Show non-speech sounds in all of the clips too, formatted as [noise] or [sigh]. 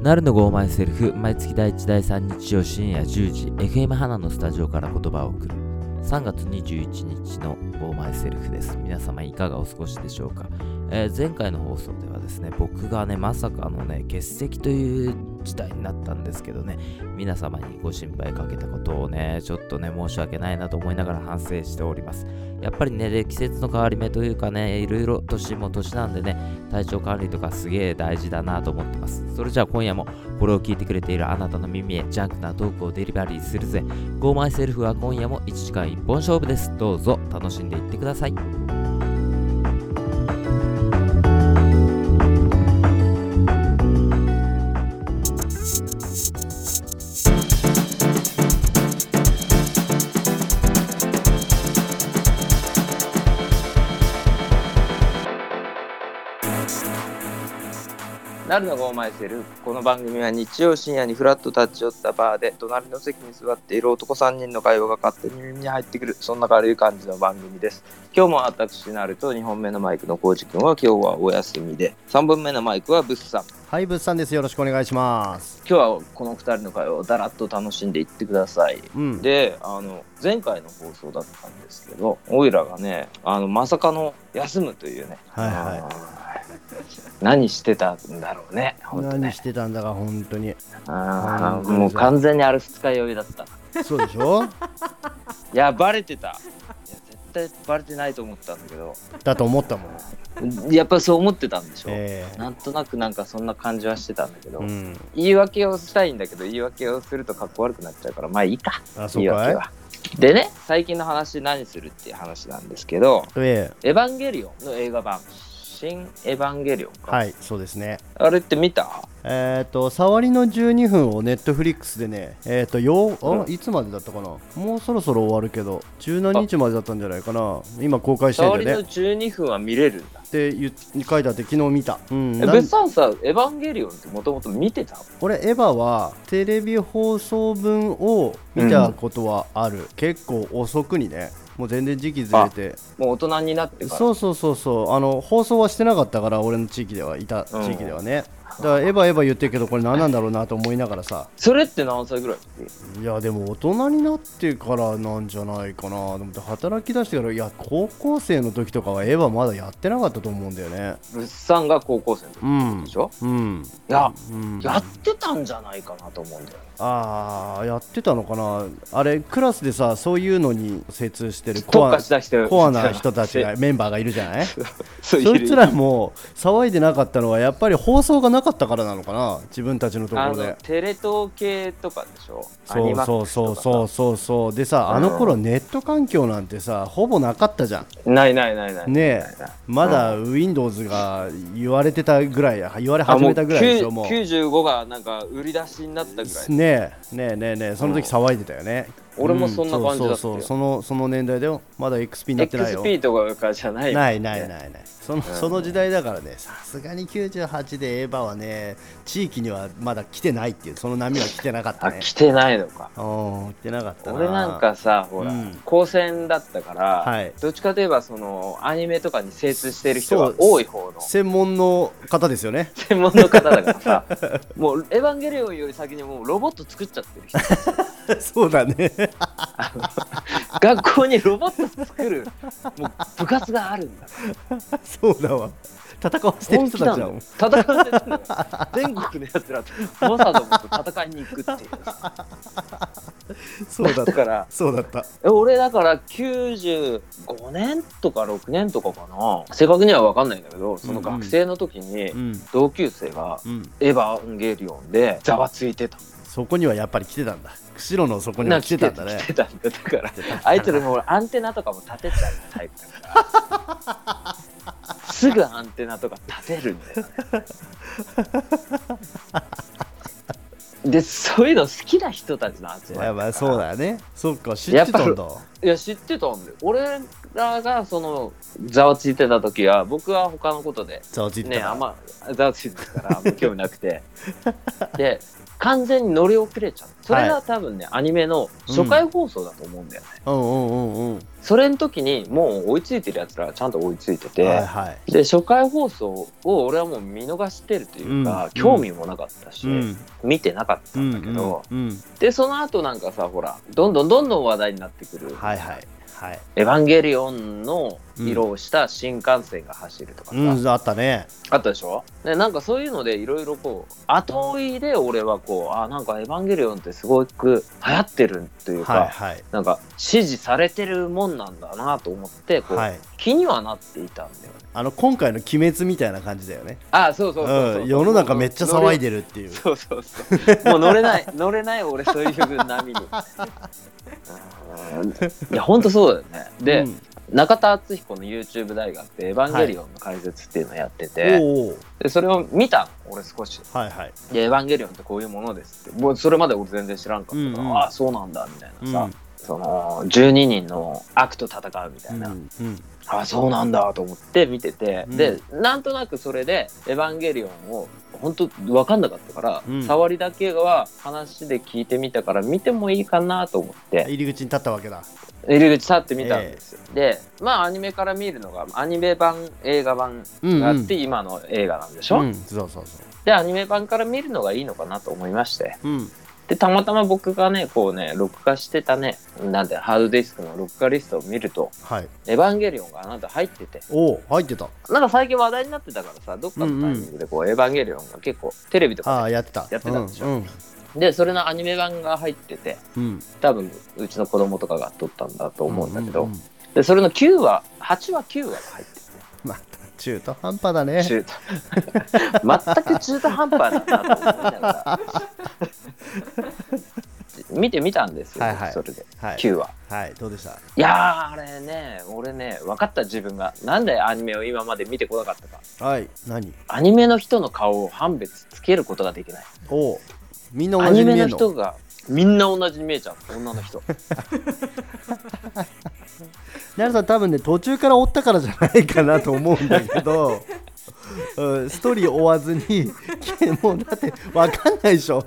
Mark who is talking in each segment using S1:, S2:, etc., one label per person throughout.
S1: なるのごマイセルフ毎月第1第3日曜深夜10時 FM 花のスタジオから言葉を送る3月21日のゴーマイセルフです皆様いかがお過ごしでしょうか、えー前回の放送ではですね僕がねまさかのね欠席という事態になったんですけどね皆様にご心配かけたことをねちょっとね申し訳ないなと思いながら反省しておりますやっぱりねで季節の変わり目というかねいろいろ年も年なんでね体調管理とかすげえ大事だなと思ってますそれじゃあ今夜もこれを聞いてくれているあなたの耳へジャンクなトークをデリバリーするぜ Go My Self は今夜も1時間1本勝負ですどうぞ楽しんでいってください
S2: なるのがお前セルフこの番組は日曜深夜にフラッと立ち寄ったバーで隣の席に座っている男3人の会話が勝手に耳に入ってくるそんな軽い感じの番組です今日も私なると2本目のマイクの浩司君は今日はお休みで3本目のマイクはブスさん
S3: はい、ぶっさんです。よろしくお願いします。
S2: 今日はこの2人の会話をだらっと楽しんでいってください
S3: うん。
S2: であの前回の放送だったんですけどオイラがねあのまさかの休むというね
S3: はいはい
S2: あー何してたんだろうね本当ね
S3: 何してたんだか、本当に。
S2: あー
S3: うん
S2: もう完全にあれ二日酔いだったい
S3: そうでし
S2: [laughs]
S3: ょ
S2: やバレてたいや絶対バレてないと思ったんだけど
S3: だと思ったもん。
S2: やっぱりそう思ってたんでしょ、
S3: ええ
S2: なんとなくなんかそんな感じはしてたんだけど、
S3: うん。
S2: 言い訳をしたいんだけど言い訳をするとかっこ悪くなっちゃうからまあいいか
S3: あ、そ
S2: 言
S3: う
S2: い
S3: か
S2: 訳
S3: い
S2: はでね最近の話何するっていう話なんですけど
S3: ええ
S2: 「エヴァンゲリオン」の映画版「新エヴァンゲリオンか」
S3: はい、そうですね。
S2: あれって見た
S3: えっ、と、触りの12分をネットフリックスでね、えっ、と、よう、あ、
S2: う
S3: いつまでだったかなもうそろそろ終わるけど、17日までだったんじゃないかな今公開して
S2: 触
S3: る
S2: り
S3: んだ
S2: の
S3: よね。
S2: 12分は見れるんだ
S3: って言っ書いてあって、昨日見た。うん。
S2: え
S3: なん
S2: 別さんさ「エヴァンゲリオン」ってもともと見てた
S3: 俺エヴァはテレビ放送分を見たことはある、結構遅くにねもう全然時期ずれて
S2: もう大人になってから
S3: そうそうそうそうあの放送はしてなかったから俺の地域ではいた
S2: うん
S3: 地域ではね、だからエヴァエヴァ言ってるけどこれ何なんだろうなと思いながらさ
S2: それって何歳ぐらい
S3: いやでも大人になってからなんじゃないかなと思って働き出してからいや高校生の時とかはエヴァまだやってなかったと思うんだよね
S2: 物産が高校生の時
S3: うん
S2: でしょ、
S3: うん
S2: いや、
S3: うん
S2: やってたんじゃないかなと思うんだよね
S3: ああやってたのかなあれクラスでさそういうのに精通してるコ
S2: 特
S3: ア
S2: 化しだしてる
S3: コアな人た
S2: [laughs]
S3: ちがメンバーがいるじゃないそいつらも騒いでなかったのはやっぱり放送がなかったからなのかな自分たちのとこ
S2: あ
S3: ろ
S2: の
S3: で
S2: テレ東系とかでしょ
S3: そうそうそうそううそうそうでさあの頃ネット環境なんてさほぼなかったじゃ
S2: ないないないない
S3: んねえまだ Windows が言われてたぐらい言われ始めたぐらいでしょもうね
S2: 95がなんか売り出しになったぐらい
S3: えねえねえねえその時騒いでたよね
S2: 俺もそんな感じだったよ
S3: うそうそうそのその年代だよまだ XP になってないよ
S2: XP とかじゃないよ
S3: ないないないないそのその時代だからねさすがに98でエヴァはね地域にはまだ来てないっていうその波は来てなかった
S2: あ
S3: ね
S2: 来てないのか
S3: うん来てなかったな
S2: 俺なんかさほら、
S3: うん
S2: 高専だったから、
S3: はい
S2: どっちかといえばそのアニメとかに精通してる人が多い方の
S3: 専門の方です
S2: [laughs]
S3: よね
S2: 専門の方だから
S3: [laughs]
S2: さもう「エヴァンゲリオン」より先にもうロボット作っちゃってる人
S3: そうだね
S2: 学校にロボット作るもう部活があるんだ
S3: そうだわ戦わせてる人たちだもん
S2: 戦ってるんだよ全国のやつらとモサドもと戦いに行くっていう
S3: そうだっ
S2: だ
S3: た
S2: から
S3: そうだった
S2: え俺だから95年とか6年とかかな正確には分かんないんだけどその学生の時に
S3: うん
S2: 同級生が
S3: うん
S2: 「エヴァンゲリオン」でざわついてた
S3: そこにはやっぱり来てたんだ釧路のそこに
S2: な
S3: は
S2: んか
S3: 来てたんだね
S2: 来てたんだだからあいつらもうアンテナとかも立てちゃうタイプだからすぐアンテナとか立てるんだよねでそういうの好きな人たちの集まり
S3: やばいそうだよねそっか知
S2: やっ
S3: っ
S2: てぱ
S3: たんだ
S2: いや知ってたんだよ俺らがそのざわついてた時は僕は他のことで
S3: ざわついてた
S2: ね
S3: な
S2: あんまざわついてたからあんま興味なく
S3: [laughs]
S2: てで完全に乗り遅れちゃうそれが多分ね、アニメの初回放送だと思うんだよね、
S3: うんうんうんうん
S2: それの時にもう追いついてるやつらはちゃんと追いついてて、
S3: はいはい
S2: で初回放送を俺はもう見逃してるというか、
S3: うん
S2: 興味もなかったし、
S3: うん
S2: 見てなかったんだけど、
S3: うんうん
S2: でその後なんかさほらどんどんどんどん話題になってくる「
S3: はいはいはい
S2: エヴァンゲリオン」の色をした新幹線が走るとかさ、
S3: うんあったね
S2: あったでしょでなんかそういうのでいろいろこう後追いで俺はこうあなんか「エヴァンゲリオン」ってすごく流行ってるというか、
S3: はいはい
S2: なんか支持されてるもんなんだなと思ってこう、
S3: はい
S2: 気にはなっていたんだよね。
S3: あの今回の「鬼滅」みたいな感じだよね
S2: あそうそうそうそう
S3: うん世の中めっちゃ騒い
S2: で
S3: でるっていう
S2: そうそうそうもう乗れない乗れない俺そういう
S3: [laughs]
S2: 波にうんいや本当そうだよねで、
S3: うん
S2: 中田敦彦の YouTube 大学で「エヴァンゲリオン」の解説っていうのをやってて、
S3: おうおう
S2: でそれを見たの俺少し
S3: はいはい
S2: 「でエヴァンゲリオンってこういうものです」ってもうそれまで俺全然知らんかったから、
S3: うんうん
S2: ああそうなんだみたいなさ、
S3: うん
S2: その12人の悪と戦うみたいな、
S3: うんうん
S2: ああそうなんだと思って見てて、
S3: うん
S2: でなんとなくそれで「エヴァンゲリオン」を本当分かんなかったから、
S3: うん
S2: 触りだけは話で聞いてみたから見てもいいかなと思って
S3: 入り口に立ったわけだ
S2: 入り口立ってみたんですよ、でまあアニメから見るのがアニメ版映画版
S3: うん
S2: があ
S3: う
S2: っ
S3: ん
S2: て今の映画なんでしょ、
S3: うんそうそうそ
S2: でアニメ版から見るのがいいのかなと思いまして
S3: ううん
S2: でたまたま僕がねこうね録画してたねなんでハードディスクの録画リストを見ると
S3: はい
S2: 「エヴァンゲリオン」がなんと入ってて
S3: おう入ってた
S2: なんか最近話題になってたからさどっかのタイミングでこう「エヴァンゲリオン」が結構テレビと
S3: あ
S2: か
S3: あやってた
S2: やってたでしょ
S3: うん
S2: ででそれのアニメ版が入ってて
S3: うん
S2: 多分うちの子供とかが撮ったんだと
S3: と
S2: 思うんだけど、でそれの9話8話9話が入ってて
S3: また中途半端だね
S2: [laughs] 中途全く中途半端だなと思いながら見てみたんですよ、
S3: はいはい
S2: それで
S3: はい
S2: 9話。
S3: はいどうでした
S2: いやーあれね俺ね分かった自分がなんでアニメを今まで見てこなかったか
S3: はい何
S2: アニメの人の顔を判別つけることができない
S3: おうみんな
S2: ア
S3: 同じ
S2: ニ
S3: に見
S2: メ
S3: え
S2: の
S3: ん
S2: 人
S3: の
S2: がみんな同じに見えちゃう女の
S3: [laughs]
S2: 人
S3: 奈良さん多分ね途中から追ったからじゃないかなと思うんだけ [laughs] どうんストーリー追わずにもうだって分かんないでしょ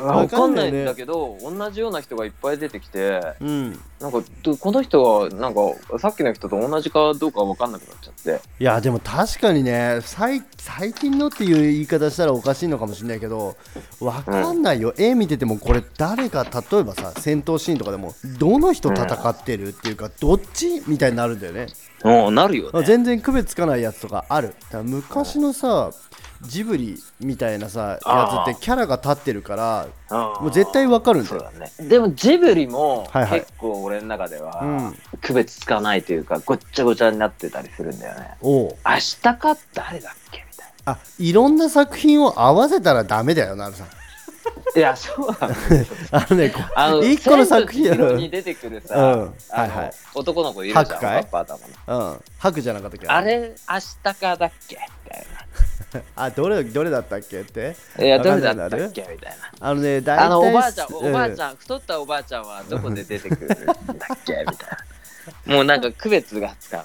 S2: わ
S3: わ
S2: か
S3: か
S2: ん
S3: ん
S2: な
S3: ないいね
S2: んだけど同じような人がいっぱい出てきて
S3: うん
S2: なんかどこの人はなんかさっきの人と同じかどうか分かんなくなっちゃって
S3: いやでも確かにね最最近のっていう言い方したらおかしいのかもしれないけど分かんないよ、絵見ててもこれ誰が例えばさ戦闘シーンとかでもどの人戦ってるっていうかどっちみたいになるんだよね
S2: うんなるよ
S3: あ
S2: ね
S3: 全然区別つかないやつとかあるだから昔のさジブリみたいなさ
S2: あー
S3: やつってキャラが立ってるからも
S2: も
S3: う絶対分かるんだ
S2: そう
S3: よ
S2: だねでもジブリも
S3: はいはい
S2: 結構俺の中で
S3: う
S2: は
S3: ん
S2: 区別つかないというかごっちゃごちゃになってたりするんだよね
S3: おう
S2: 明日か誰だっけみたい
S3: あいろんな作品を合わせたらダメだよなるさん
S2: ないやそうなんだ
S3: あのねこ
S2: あ [laughs] の
S3: 一個の作品
S2: 千と千尋に出てくるさ、
S3: うん
S2: あの
S3: はいはい
S2: 男の子いるじゃん
S3: 白
S2: パ
S3: 海
S2: ッパ頭の
S3: うん白じゃなかったっけ
S2: あれ明日かだっけみたい
S3: あどれどれだったっけって
S2: ないや
S3: わ
S2: ど
S3: か
S2: れ
S3: んな
S2: だ
S3: い
S2: ったっ
S3: なる
S2: けみたいな
S3: あのね大体
S2: あのおばあちゃんお
S3: う
S2: おばあちゃん、太ったおばあちゃんはどこで出てくるんだっけみたいなもうなんか区別がつかん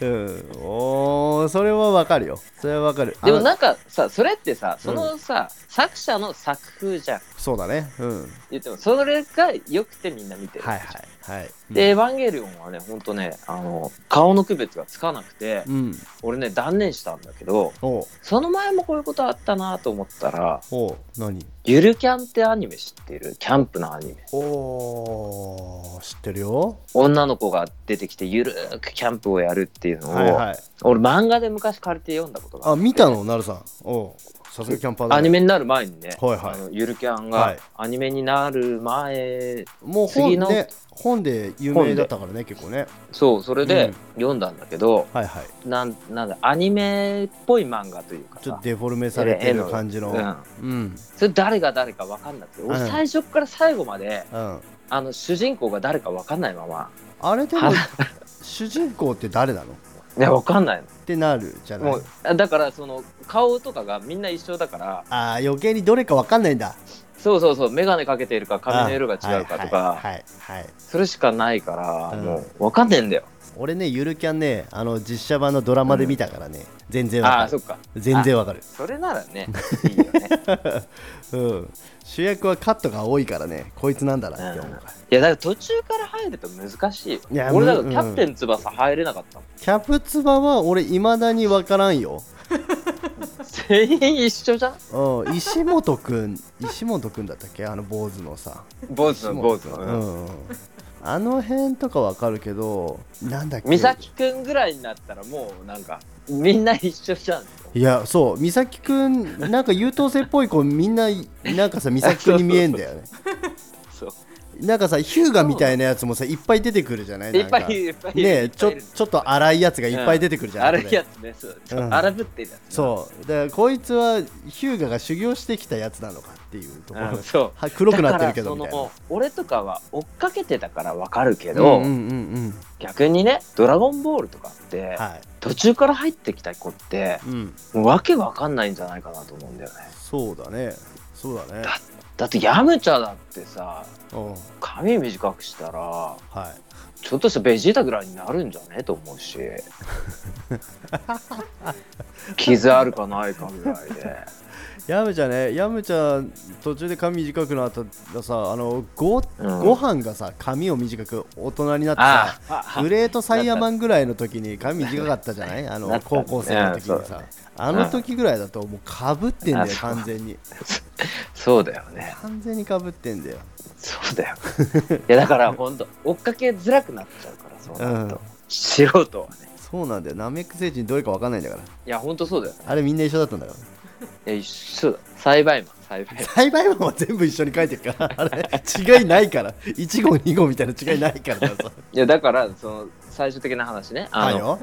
S3: うんおーそれはわかるよそれはわかる
S2: でも
S3: あの
S2: なんかさそれってさそのさ、作者の作風じゃん
S3: そうだねうん
S2: 言ってもそれが良くてみんな見てる、
S3: はいはいはい
S2: で「エヴァンゲリオン」はねほんとねあの顔の区別がつかなくて
S3: うん
S2: 俺ね断念したんだけど
S3: おう
S2: その前もこういうことあったなと思ったら
S3: おう何
S2: 「ゆるキャン」ってアニメ知ってるキャンプのアニメ
S3: おー知ってるよ
S2: 女の子が出てきてゆるーくキャンプをやるっていうのを、
S3: はいはい
S2: 俺漫画で昔借りて読んだことが
S3: あ
S2: あって
S3: 見たのなるさんおうさすがキャンパーだ、ね、
S2: アニメになる前にね、
S3: はいはい
S2: あのゆるキャン
S3: は
S2: が
S3: い
S2: アニメになる前、
S3: もう
S2: 次
S3: 本
S2: の
S3: ね本で有名だったからね結構ね
S2: そうそれ
S3: う
S2: で
S3: ん
S2: 読んだんだけど、
S3: はいはい
S2: なんなんだアニメっぽい漫画というか
S3: ちょっ
S2: さ
S3: とデフォルメされてる感じの
S2: うん、
S3: うん
S2: それ誰が誰か分かんなくて俺
S3: うん
S2: 最初から最後まで
S3: うん
S2: あの主人公が誰か分かんないまま
S3: あれでも
S2: は
S3: 主人公って誰なのっ
S2: いや分かんないの
S3: てなるじゃない
S2: もうあだからその顔とかがみんな一緒だから
S3: あー余計にどれかわかんないんだ
S2: そうそうそう眼鏡かけているか髪の色が違うかとか、
S3: はいはいはいはい
S2: それしかないから、
S3: うん
S2: もう分かんねえんだよ
S3: 俺ねゆるキャンねあの実写版のドラマで見たからね、全然わ
S2: ああ
S3: か
S2: ーそ
S3: る
S2: っか
S3: 全然わかる、
S2: それならねいいよね
S3: [laughs] うん、主役はカットが多いからねこいつなんだなって思うから、
S2: いやだから途中から入ると難しいよ
S3: いや
S2: 俺だか
S3: う
S2: ら
S3: ん
S2: キャプテン翼入れなかったもん、
S3: キャプツバは俺いまだにわからんよ、
S2: 全員一緒じゃん
S3: うん、石本くん [laughs] 石本くんだったっけあの坊主のさ
S2: 坊主の坊主の、
S3: う
S2: うん
S3: ん、あの辺とかわかるけどなんだっけ
S2: 美咲くんぐらいになったらもうなんかみんな一緒じゃん
S3: いやそう美咲くんなんか優等生っぽい子みんななんかさ美咲くんに見えんだ
S2: [laughs]
S3: よね
S2: そう
S3: なんかさヒューガみたいなやつもさいっぱい出てくるじゃない
S2: いっぱ
S3: な
S2: い
S3: んか
S2: いるいっぱいいる
S3: ね
S2: い
S3: え
S2: っ
S3: ち
S2: ぱい
S3: ょ
S2: いる
S3: ちょっと荒いやつがいっぱい出てくるじゃん、
S2: 荒
S3: こ
S2: い
S3: れ
S2: やつねそうちょっ
S3: うん
S2: と荒ぶってるやつね、
S3: そうだからこいつはヒューガが修行してきたやつなのかっていうところ
S2: うんそう
S3: は黒くなってるけどみ
S2: だ
S3: たい
S2: か
S3: な
S2: らその俺とかは追っかけてたからわかるけど、
S3: うんうんうん
S2: 逆にね「ドラゴンボール」とかって、
S3: うんはい
S2: 途中から入ってきた子って
S3: うん
S2: もう訳わかんないんじゃないかなと思うんだよね
S3: そうだねそうだね
S2: だだってヤムチャだってさ
S3: うんは
S2: 髪短くしたら
S3: い
S2: ちょっとしたベジータぐらいになるんじゃねと思う
S3: [laughs]
S2: し傷あるかないかぐらい
S3: [laughs]
S2: で
S3: ヤムちゃんねヤムちゃん途中で髪短くなったらさあのご,、
S2: うん
S3: ご飯がさ髪を短く大人になって
S2: あ
S3: さ
S2: ああ
S3: グレートサイヤマンぐらいの時に髪短かったじゃないあ
S2: な
S3: の
S2: ったね
S3: 高校生の時
S2: そう
S3: に
S2: だ
S3: さ
S2: ね
S3: あの時ぐらいだともうかぶってんだ
S2: あ
S3: よ
S2: そう
S3: 完全に
S2: そうだよね
S3: 完全にかぶってんだよ
S2: そうだよいやだからほんと追っかけづらくなっちゃうからそうなると、
S3: うん
S2: 素人はね
S3: そうなんだよナメック星人どれかわかんないんだから
S2: いやほんとそうだよね
S3: あれみんな一緒だったんだから
S2: いや一緒だ栽培マン栽培マン
S3: 栽培マンは全部一緒に書いてるからあれ違いないから1号2号みたいな違いないからさ
S2: [laughs] いやだからその最終的な話ねあ
S3: は
S2: の、
S3: いよ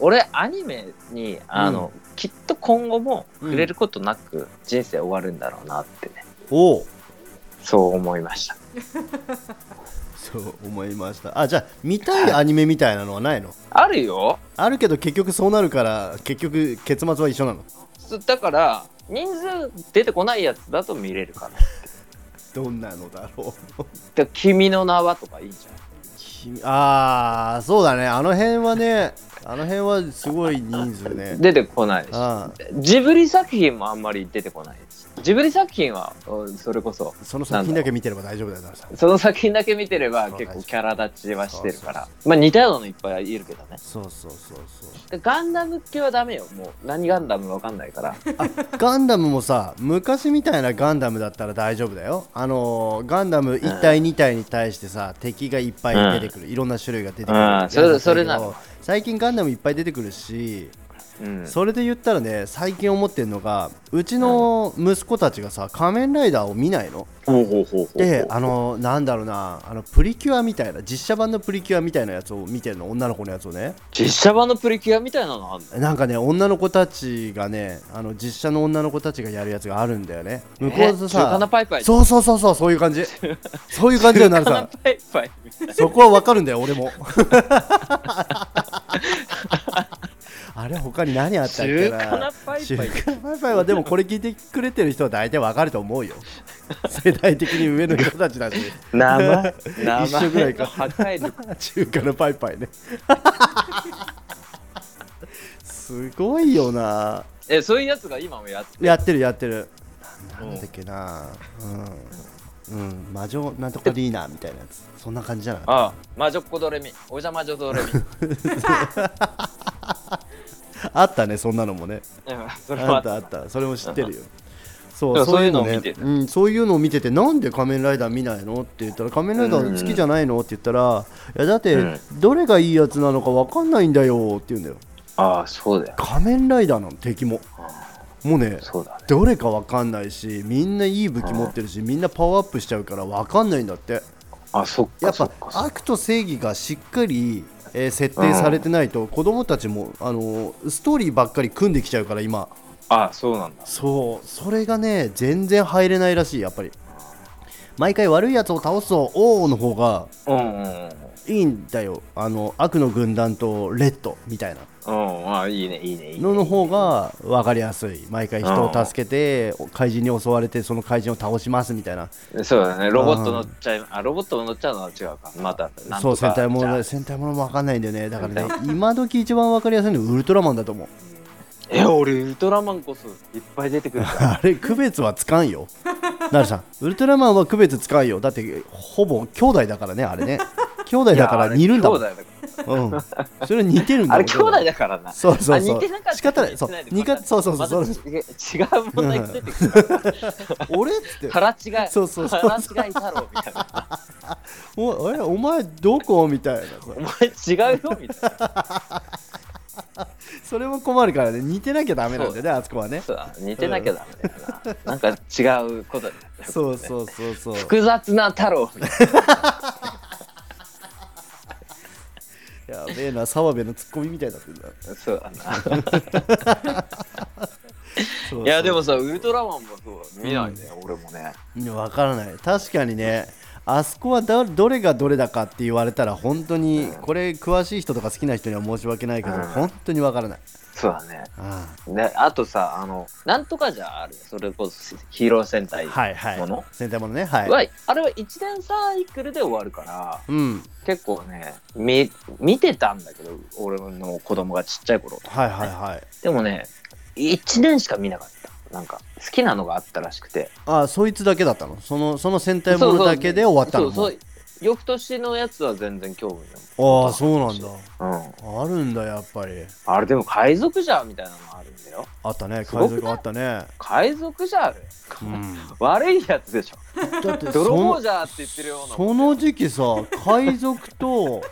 S2: 俺アニメにあの、きっと今後も触れることなく人生終わるんだろうなってね、
S3: おう
S2: そう思いました
S3: そう思いましたあじゃあ見たいアニメみたいなのはないの
S2: あるよ
S3: あるけど結局そうなるから結局結末は一緒なの
S2: そだから人数出てこないやつだと見れるから
S3: どんなのだろう
S2: で君の名はとかいいじ
S3: 君ああそうだねあの辺はねあの辺はすごい人数
S2: ゃ
S3: ね
S2: ん出てこないし
S3: あ
S2: ジブリ作品もあんまり出てこないしジブリ作品はうんそれこそ
S3: あその作品だけ見てれば大丈夫だよだからさ
S2: その作品だけ見てれば
S3: そう
S2: 結構キャラ立ちはしてるからまあ似たようなのいっぱいいるけどね
S3: そうそうそうそう
S2: でガンダム系はダメよもう何ガンダムわかんない
S3: [laughs]
S2: から
S3: ガンダムもさ昔みたいなガンダムだったら大丈夫だよあのーガンダム1体2体に対してさ敵がいっぱい出てくる、いろんな種類が出てくる、
S2: うんそれ
S3: やつだけど
S2: それなの
S3: 最近ガンダムいっぱい出てくるし、
S2: うん
S3: それで言ったらね最近思ってるのがうちの息子たちがさ仮面ライダーを見ないの
S2: ほうほうほうほう
S3: であのーなんだろうなあのプリキュアみたいな実写版のプリキュアみたいなやつを見てるの女の子のやつをね
S2: 実写版のプリキュアみたいなのあんの
S3: なんかね女の子たちがねあの実写の女の子たちがやるやつがあるんだよね向こう
S2: え
S3: と
S2: 中華
S3: さ
S2: のパイパイ
S3: そうそうそうそうそういう
S2: [laughs]
S3: 感じそういう感じよなるさ
S2: パイパイ
S3: んそこはわかるんだよ俺も [laughs] あれ他に何あったっ
S2: 中
S3: けな
S2: 華のパイ
S3: 中
S2: パイ
S3: 華バイバイはでもこれ聞いてくれてる人は大体わかると
S2: [laughs]
S3: 思うよ世代的に上の人たちだし
S2: 名前名前
S3: [laughs] 一緒ぐらいか
S2: の破壊力 [laughs]
S3: 中華のパイパイねすごいよな
S2: えそういうやつが今もやって
S3: やってるやってる
S2: う
S3: なんなんだっけなうん、うん、魔女なんとかリーナみたいなやつそんな感じじゃない
S2: ああ魔女っ子ドレミおじゃ魔女ドレ
S3: [laughs]
S2: ミ
S3: あったねそんなのもね
S2: うんそれ
S3: あ
S2: は
S3: ったあったそれも知ってるよそ
S2: で
S3: う
S2: も
S3: そういうの
S2: そういうのを見
S3: ね
S2: て
S3: うん、そういうのを見ててなんで仮面ライダー見ないのって言ったら仮面ライダー好きじゃないのって言ったらいやだっ
S2: う
S3: て
S2: ん
S3: どれがいいやつなのかわかんないんだよって言うんだよ
S2: ああそうだよ
S3: 仮面ライダーなの敵ももうね
S2: そうだね
S3: どれかわかんないしみんないい武器持ってるしみんなパワーアップしちゃうからわかんないんだって
S2: あそっか
S3: やっ
S2: そ
S3: ぱ
S2: っかそっか
S3: 悪と正義がしっかり、えー設定されてないと子供たちも、あのーストーリーばっかり組んできちゃうから今
S2: ああそうなんだ
S3: そうそれがね全然入れないらしいやっぱり毎回悪いやつを倒すぞ王の方が
S2: うんうんうん
S3: いいんだよあの悪の軍団とレッドみたいな
S2: うん、あいいね、いいね、いいね。
S3: のの方が分かりやすい毎回人を助けて怪人に襲われてその怪人を倒しますみたいな
S2: そうだね、ロボット乗っちゃい、あ、ロボットも乗っちゃうのは違うか。また、なん
S3: そう
S2: とか
S3: 戦隊も
S2: じ
S3: の
S2: ゃあ
S3: 戦隊ものも分かんないんだよねだからね今時一番分かりやすいのはウルトラマンだと思う
S2: え、俺、ウルトラマンこそいっぱい出てくるから。
S3: あれ区別はつか
S2: [laughs]
S3: んよなるさんウルトラマンは区別つかんよだってほぼ兄弟だからねあ
S2: [laughs]
S3: れね兄弟だから似るんだもん
S2: いやあれ兄弟だか
S3: うん、それ似てるん
S2: ら
S3: だ
S2: あ
S3: も
S2: れ、
S3: ん
S2: 兄弟だからな。
S3: そうそうそう
S2: あ似てなかったら
S3: 仕方ないそう
S2: 気にしで
S3: 似か
S2: また
S3: そうそうそう
S2: また
S3: そ
S2: 違う問題が出てくる。
S3: 俺っつって
S2: 腹違い。
S3: そうそうそう
S2: 腹違い太郎みたいな。
S3: おえお前どこみたいな
S2: お前違うよみ
S3: [laughs]
S2: たいな。
S3: それも困るからね似てなきゃダメなんだよねあそこはね
S2: そうだ似てなきゃダメだよな。なんか違うことだよね
S3: そうそうそうそう
S2: 複雑な太郎みたい
S3: やべえな澤部のツッコミみたいになってんだ
S2: な。そうだな。
S3: そうそう
S2: いやでもさウルトラマンもそう見ないね、俺もね
S3: いやわからない確かにねあそこはだどれがどれだかって言われたら本当にこれ詳しい人とか好きな人には申し訳ないけど
S2: うん
S3: 本当にわからない
S2: そうだね
S3: あ
S2: ねあとさあのなんとかじゃあるそれこそヒーロー戦隊
S3: あ
S2: は、
S3: はいはい
S2: もの
S3: 戦隊ものねはい
S2: あれは1年サイクルで終わるから
S3: うん
S2: 結構ねみ見てたんだけど俺の子供がちっちゃい頃
S3: はいはいはい
S2: でもね1年しか見なかったなんか好きなのがあったらしくて
S3: ああそいつだけだったのそのその戦隊ものだけで終わったの
S2: そうそう翌年のやつは全然興味ない
S3: ああそうなんだ
S2: うん
S3: あるんだやっぱり
S2: あれでも海賊じゃみたいなのもあるんだよ
S3: あったね
S2: すご
S3: 海
S2: くない
S3: 賊あったね、
S2: 海賊じゃある
S3: うん、
S2: 悪いやつでしょ
S3: だって
S2: 泥棒
S3: そ
S2: じゃって言ってるような
S3: のその時期さ海賊
S2: [laughs]
S3: と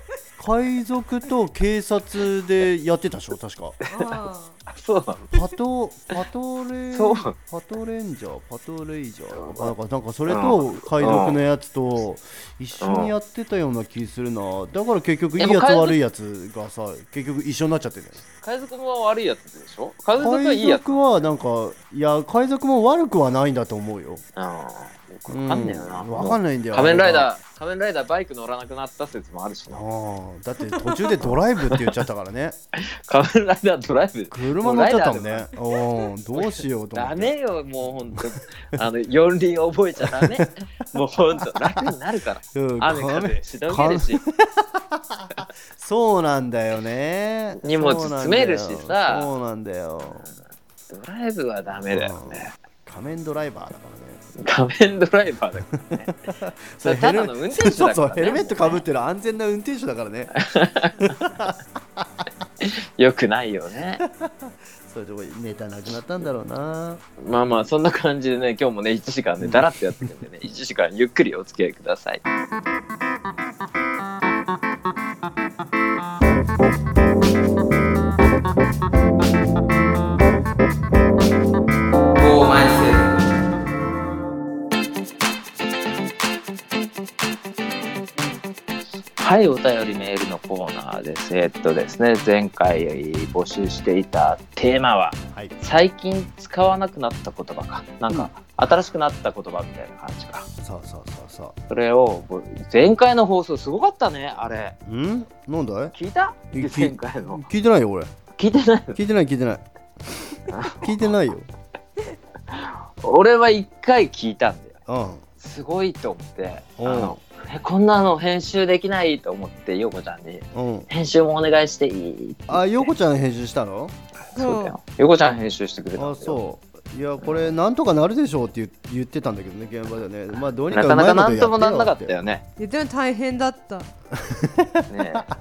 S3: 海賊と警察でやってたでしょ確か
S2: あそうなの
S3: パトパトレ
S2: そう
S3: パトレンジャーパトレイジャ
S2: うん
S3: ーなんかなんかそれと海賊のやつと一緒にやってたような気するなだから結局いい
S2: で
S3: や
S2: も
S3: つ
S2: 海賊
S3: 悪いやつがさ結局一緒になっちゃってるね
S2: 海賊も悪いやつでしょ海賊はいい
S3: 海
S2: やつ
S3: 賊はなんかいや海賊も悪くはないんだと思うよ
S2: うん分かんねえよな、
S3: うわかんないんだよ
S2: 仮面ライダー仮面ライダーバイク乗らなくなった説もあるしな
S3: ああだって途中でドライブって言っちゃったからね
S2: 仮面ライダードライブ
S3: 車乗っちゃったもんねおーどうしようと思
S2: ダ
S3: って
S2: メよもうほんとあの四輪覚えちゃダメもうほんと楽になるから
S3: うん
S2: 雨
S3: 仮
S2: 風
S3: 面
S2: しのげるし
S3: そうなんだよね
S2: 荷物
S3: そうなんだ
S2: 詰め
S3: よ
S2: るしさ
S3: そうなんだよ
S2: ドライブはダメだよね
S3: 仮面ドライバーだからね
S2: 仮面ドライバーだからね
S3: [laughs]
S2: それただの運転手だから、ね、
S3: そうそうヘルメットかぶってる安全な運転手だからね
S2: よくないよね
S3: そういうとこネタなくなったんだろうな
S2: まあまあそんな感じでね今日もね1時間ねだらっとやってるんでね1時間ゆっくりお付き合いくださいはい、お便りメールのコーナーです。えっとですね、前回募集していたテーマは、
S3: はい
S2: 最近使わなくなった言葉かなんか新しくなった言葉みたいな感じか
S3: そうそうそうそ
S2: それをぼ前回の放送すごかったねあれ
S3: うんなんだい
S2: 聞いた
S3: え聞
S2: 前回の
S3: 聞いてないよ俺
S2: 聞いてない
S3: 聞いてない聞いて
S2: [laughs]
S3: ない聞いてないよ
S2: 俺は一回聞いたんだよ
S3: うん
S2: すごいと思ってあ
S3: おう
S2: のえこんなの編集できないと思って陽子ちゃんに
S3: う
S2: 「
S3: ん
S2: 編集もお願いしていい?」
S3: あよこちゃん編集したの
S2: そうだよ陽子ちゃん編集してくれたんだよ
S3: あそういやこれなんとかなるでしょうって言言ってたんだけどね現場でねまあどうにか
S2: な
S3: う
S2: かな
S3: ま
S2: いか
S3: こ
S2: な
S3: とやって
S2: ん
S3: よ
S2: ともなんなかった
S3: て
S2: よね。
S4: いやでも大変だった
S2: ね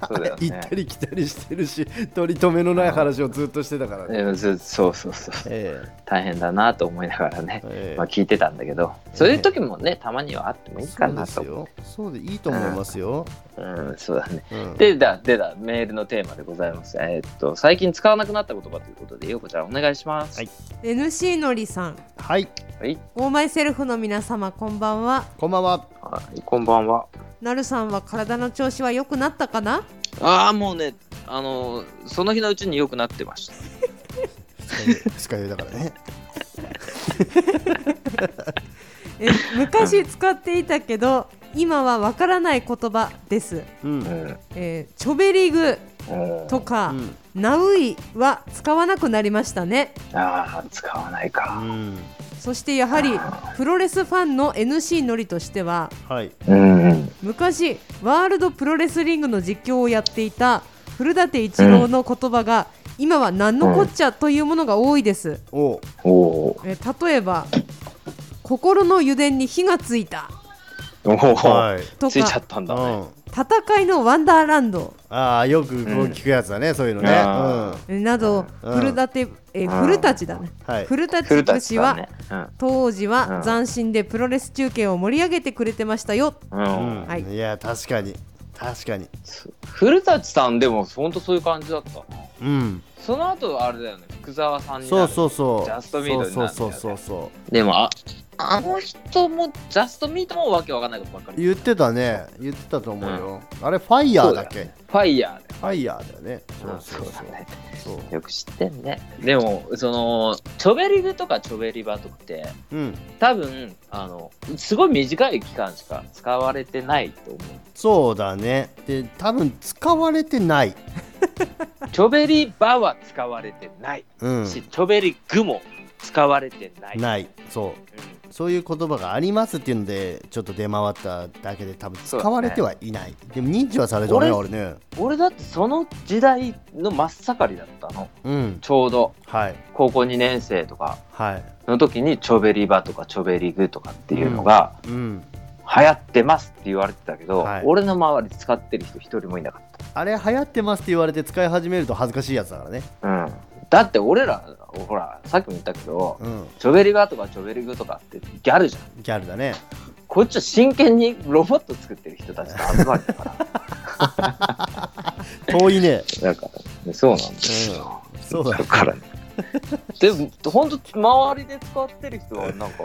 S2: そうだよ
S3: 行っ
S2: ね
S3: た。り来たりしてるし取り留めのない話をずっとしてたからね
S2: え
S3: [laughs]
S2: ずそうそうそう。
S3: え
S2: 大変だなと思いながらね
S3: え。ええ
S2: まあ、聞いてたんだけど、そういう時もね、たまにはあってもいいかなと。
S3: そうですよそうでいいと思いますよ、
S2: うん、そうだね。
S3: うん
S2: でだ、でだ、メールのテーマでございます。えーっと、最近使わなくなった言葉ということで、ようこちゃん、お願いします。
S3: はい
S4: NC のりさん
S3: はい
S2: はい。
S4: オーマイセルフの皆様こんばんは
S3: こんばんは
S2: はいこんばんは。
S4: なるさんは体の調子は良くなったかな
S2: ああ、もうね、あのー、その日のうちによくなってました。
S3: スカイだから
S2: [laughs]
S3: ね
S4: え昔使っていたけど今はわからない言葉です、
S3: うん
S2: うん
S4: えー、チョベリグ
S2: うん
S4: とか、
S3: うん
S4: ナウイは使わなくなりましたね
S2: ああ使わないか
S3: うん
S4: そしてやはりプロレスファンの NC のりとしては
S3: はい
S2: うん
S4: 昔ワールドプロレスリングの実況をやっていた古舘一郎の言葉が、今は何のこっちゃというものが多いです、
S3: おう
S2: おおー
S4: えー例えば心の油田に火がついた
S2: おー
S3: はい
S4: と
S2: ついちゃ
S4: か
S2: ったん
S3: う
S2: だね
S3: ん
S4: 戦いのワンダーランド
S3: ああよくこう聞くやつだね、そういうのねうん
S2: あ
S4: えーなど
S3: うん
S4: 古舘、えー
S2: うん
S4: 古舘だね、
S3: はい
S4: 古
S2: 古
S4: 舘
S2: 田
S4: 節
S2: さ
S4: は、
S2: んね
S4: 当時
S2: う
S4: は
S2: ん
S4: 斬新でプロレス中継を盛り上げてくれてましたよ
S2: うんうん
S3: うん
S4: はい
S3: いや確かに確かに
S2: 古舘さんでも本当そういう感じだったな
S3: うん
S2: その後あれだよね福沢さんにな
S3: そ
S2: る
S3: うそうそう
S2: ジャストミートになるんだ
S3: そ
S2: よ
S3: う
S2: ね
S3: そうそうそう
S2: でもああの人もジャストミートもわけわかんないことばっかり
S3: 言ってたね言ってたと思うよ、あれファイヤーだっけ
S2: ファイヤーで
S3: ファイヤーだよねそう
S2: あ
S3: そう
S2: だね
S3: そうそ
S2: よく知ってんねでもそのチョベリグとかチョベリバとかって
S3: ううん
S2: 多分あのすごい短い期間しか使われてないと思
S3: [laughs]
S2: う
S3: そうだねで多分使われてない
S2: チョベリバは使われてない
S3: うん
S2: し、チョベリグも使われてない
S3: ないそう
S2: うん
S3: そういう言葉がありますっていうのでちょっと出回っただけで多分使
S2: そうだね
S3: われてはいないで,、も認知はされてるね俺
S2: 俺
S3: ね
S2: 俺だってその時代の真っ盛りだったの
S3: うん
S2: ちょうど
S3: はい
S2: 高校2年生とか
S3: はい
S2: の時にチョベリバとかチョベリグとかっていうのが
S3: うん
S2: 流行ってますって言われてたけど、
S3: はい
S2: 俺の周り使ってる人一人もいなかっ
S3: あれ流行ってますって言われて使い始めると恥ずかしいやつだからね
S2: た、うん、だって俺らほらさっきも言ったけど、
S3: うん
S2: チョベリバとかチョベリグとかってギャルじゃん
S3: ギャルだね
S2: こっちは真剣にロボット作ってる人たちの集まりだから
S3: [laughs] 遠い
S2: [laughs]
S3: ね
S2: なんかそうなんですよ、
S3: そうだ
S2: だからねでも本当周りで使ってる人はなんか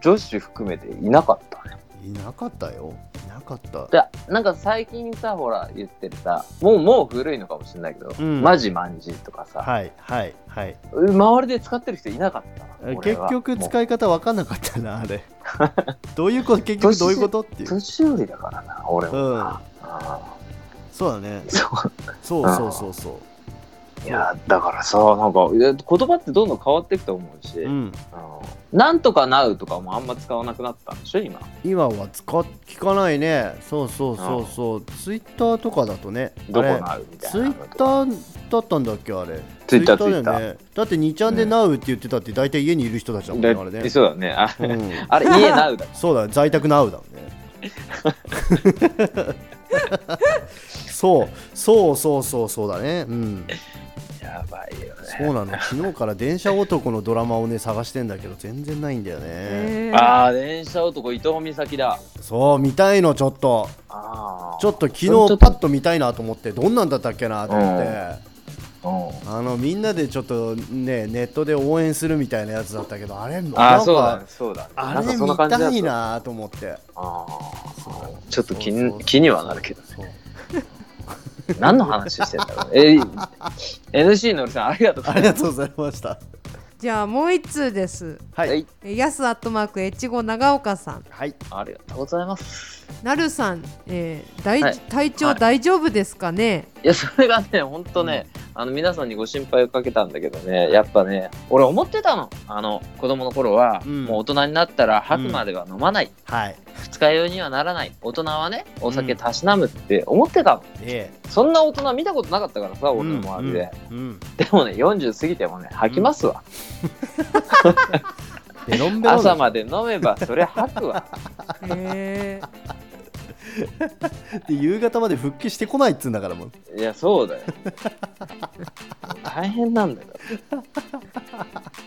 S2: 女子含めていなかったね
S3: いなかったよいなかった
S2: でなんか最近さほら言ってるさもうもう古いのかもしれないけど、
S3: うん
S2: マジマンジとかさ、
S3: はいはいはい
S2: 周りで使ってる人いなかったな俺
S3: 結
S2: は
S3: 局
S2: もう
S3: 使い方分かんなかったなあ
S2: [laughs]
S3: れどういうこと結局どういうことっていう
S2: 年寄りだからな俺
S3: う
S2: は、
S3: ん
S2: あ
S3: そうだね
S2: ーそう
S3: そうそうそうそ
S2: いやだからさなんかいや言葉ってどんどん変わっていくと思うし、
S3: ううん
S2: あーなんとかなうとかもあんま使わなくなったんでしょ今
S3: 今は使っ聞かないねそうそうそうそうツイッターとかだとね
S2: どこ
S3: あれ
S2: なうみたい
S3: ツイ
S2: な
S3: ッターだったんだっけあれ
S2: ツイッター
S3: だよねだって2ちゃんで「なう」って言ってたって大体家にいる人たちだもんねあれ
S2: で
S3: ね
S2: そうだねあ,、
S3: [laughs] うん
S2: あれ家なうだ
S3: そうだ在宅なうだもんねそうそうそうそうそうだねうん
S2: やばいよね
S3: そうなの昨日から電車男のドラマをね探してんだけど全然ないんだよね、
S4: えー
S2: ああ電車男伊藤美咲だ
S3: そう見たいのちょっと
S2: あー
S3: ちょっと昨日
S2: ちょっと
S3: パッと見たいなと思ってどんなんだったっけなと思って、
S2: うん
S3: あのみんなでちょっとねネットで応援するみたいなやつだったけどあれなん
S2: ああ
S3: か
S2: そうだねそうだね
S3: あ
S2: なんか
S3: れ
S2: そんな
S3: 見
S2: 感じだ
S3: た
S2: った
S3: いなと思って
S2: あーちょっと気
S3: そう
S2: に
S3: そうそう
S2: 気にはなるけど
S3: そう
S2: 何の話してんだろうえ [laughs] NC のりさんありがとうご
S3: あ
S2: ざいま
S3: りがとうございました
S4: じゃあもう一通です
S3: は
S2: すはいい
S4: えーやすアットマーク越後長岡さん
S3: はい
S2: ありがとうございます
S4: なるさん、えー大
S2: はいは
S4: 体調
S2: い
S4: 大丈夫ですかね、
S2: [laughs] いやそれがね本当ね、あの皆さんにご心配をかけたんだけどねやっぱね俺思ってたのあの子供の頃は、
S3: うん
S2: もう大人になったら吐くまでは飲まない、
S3: はい
S2: 二日酔いにはならない大人はねお酒たしなむって思ってたの、
S3: え
S2: そんな大人見たことなかったからさ
S3: え
S2: 俺の周りで、
S3: うんうん
S2: でもね40過ぎてもね吐きますわ、
S3: ベロンベロン
S2: [laughs] 朝まで飲めばそれ吐く
S3: [laughs]
S2: わ
S4: えー
S3: で夕方まで復帰してこないっつうんだからもう
S2: いやそうだよ大変なんだから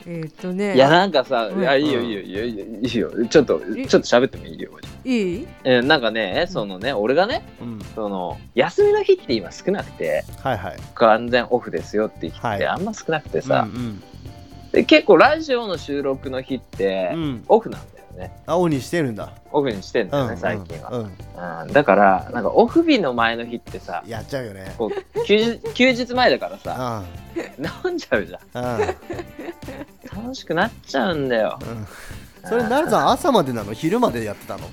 S4: えーっとね
S2: いやなんかさ、
S4: うん
S2: いやいいよいいよいいよいいよいいよちょっとちょっと喋ってもいいよ、
S4: いい
S2: えーなんかねそのね俺がね
S3: うん
S2: その休みの日って今少なくて
S3: はいはい
S2: 完全オフですよって日っ
S3: はい
S2: てあんま少なくてさ、
S3: うん
S2: で結構ラジオの収録の日って
S3: うんうん
S2: オフなんだよね
S3: 青にしてるんだ
S2: オフにしてんだよね、
S3: うん
S2: 最近は、
S3: うん
S2: うんだからなんかオフ日の前の日ってさ
S3: やっちゃうよね
S2: こう休日 [laughs] 休日前だから
S3: う
S2: さ
S3: ん
S2: 飲んじゃうじゃ [laughs]
S3: うん
S2: ん楽しくなっちゃうんだよ
S3: うんそれなるさん朝までなの昼までやってたの
S2: い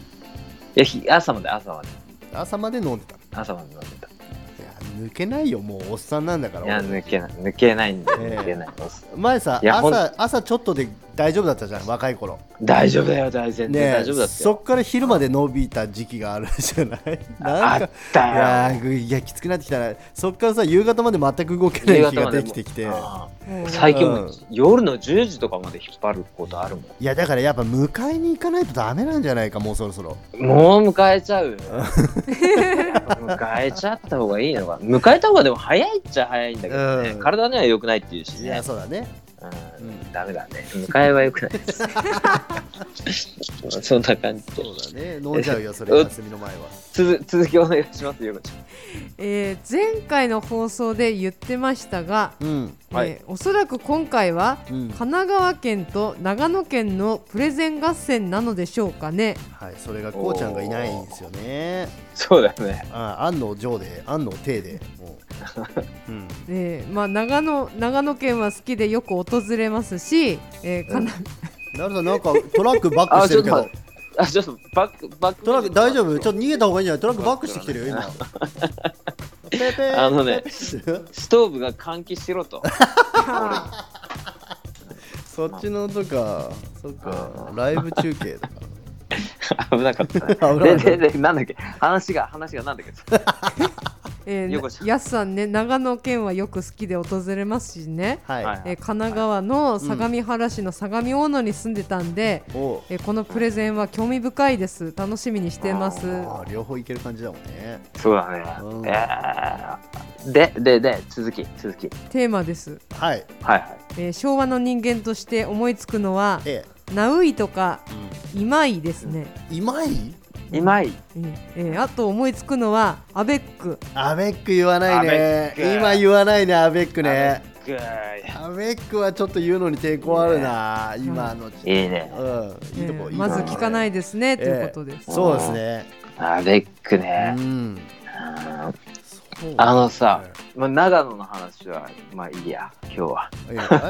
S2: やひ朝まで朝まで
S3: 朝まで飲んでた
S2: 朝まで飲んでたい
S3: いや抜けないよもうおっさんなんだから
S2: や
S3: 俺
S2: 抜けない抜けないんだよ、
S3: ええ
S2: 抜けないおっさん
S3: 前さ
S2: いやほん
S3: 朝朝ちょっとで大丈夫だったじゃん若い頃
S2: 大丈夫だよ大全然
S3: ね
S2: 大丈夫だって
S3: そっから昼まで伸びた時期があるじゃないなん
S2: あ
S3: か
S2: ったよ
S3: いやーぐいやきつくなってきたなそっからさ夕方まで全く動けない日ができてきて
S2: あ
S4: うん
S2: あ最近も
S3: うん
S2: う夜の10時とかまで引っ張ることあるもん
S3: いやだからやっぱ迎えに行かないとダメなんじゃないかもうそろそろ
S2: もう迎えちゃうよ迎えちゃった方がいいのか迎えた方がでも早いっちゃ早いんだけどね、
S3: うん
S2: 体には良くないっていうし
S3: い
S2: ね
S3: や、そうだね
S2: う
S3: うん
S2: ん、ダメだね迎えは良く
S3: [laughs]
S2: ないですそんな感じで
S3: そうだね飲んじゃうよそれ休みの前は
S2: 続続きお願いしますよこち
S4: えー前回の放送で言ってましたが、
S3: うん
S2: はい
S4: えーおそらく今回は
S3: うん
S4: 神奈川県と長野県のプレゼン合戦なのでしょうかね
S3: はいそれがこうちゃんがいないんですよね
S2: ゃんそうだよね
S3: あ安の上で安の手で [laughs] もううん
S4: えーまあ、長野長野県は好きでよく訪れますし、えーかな
S2: [laughs]
S3: なるほどなんかトラックバックしてるけ [laughs]
S2: あちょっと待あち
S3: ど
S2: ょっとバックバック
S3: トラック大丈夫ちょっと逃げた方がいいんじゃないトラックバックしてきてるよ [laughs] 今ペーペー
S2: あのね
S3: ペーペー
S2: ストーブが換気しろと
S3: そっちのとかそっかライブ中継とか
S2: 危なかったね
S3: [laughs] 危なかった
S2: でででなんだっけ話が話がなんだっけ
S4: え
S2: よこし
S4: ー、
S2: ょ
S4: やすさんね長野県はよく好きで訪れますしね、
S3: [laughs] はい
S4: えー神奈川の相模原市の相模大野に住んでたんで、
S3: お
S4: えーこのプレゼンは興味深いです楽しみにしてます
S3: あー両方いける感じだもんね
S2: そう
S3: うん
S2: だね。えー、で、で、で、続き、続き。
S4: テーマです、
S3: はい
S2: はいはい。
S4: えー昭和の人間として思いつくのは
S3: A
S4: ナウイとか今井ですね、
S3: 今井
S2: 今井。
S4: うんえーあと思いつくのはアベック
S3: アベック言わないね
S2: アベック
S3: 今言わないねアベックね
S2: ぐー
S3: アベックはちょっと言うのに抵抗あるな今の
S2: いいいね。
S3: うんいいとこ
S4: えー
S3: いいとこ
S4: まず聞かないです
S3: え
S4: ね、
S3: え
S4: ということです、
S3: そうですね
S2: あ、レックね
S3: う。ん
S2: あ
S3: そう
S2: のさ、まあ、長野の話は、まあいいや、今日は。
S3: いいのか [laughs] い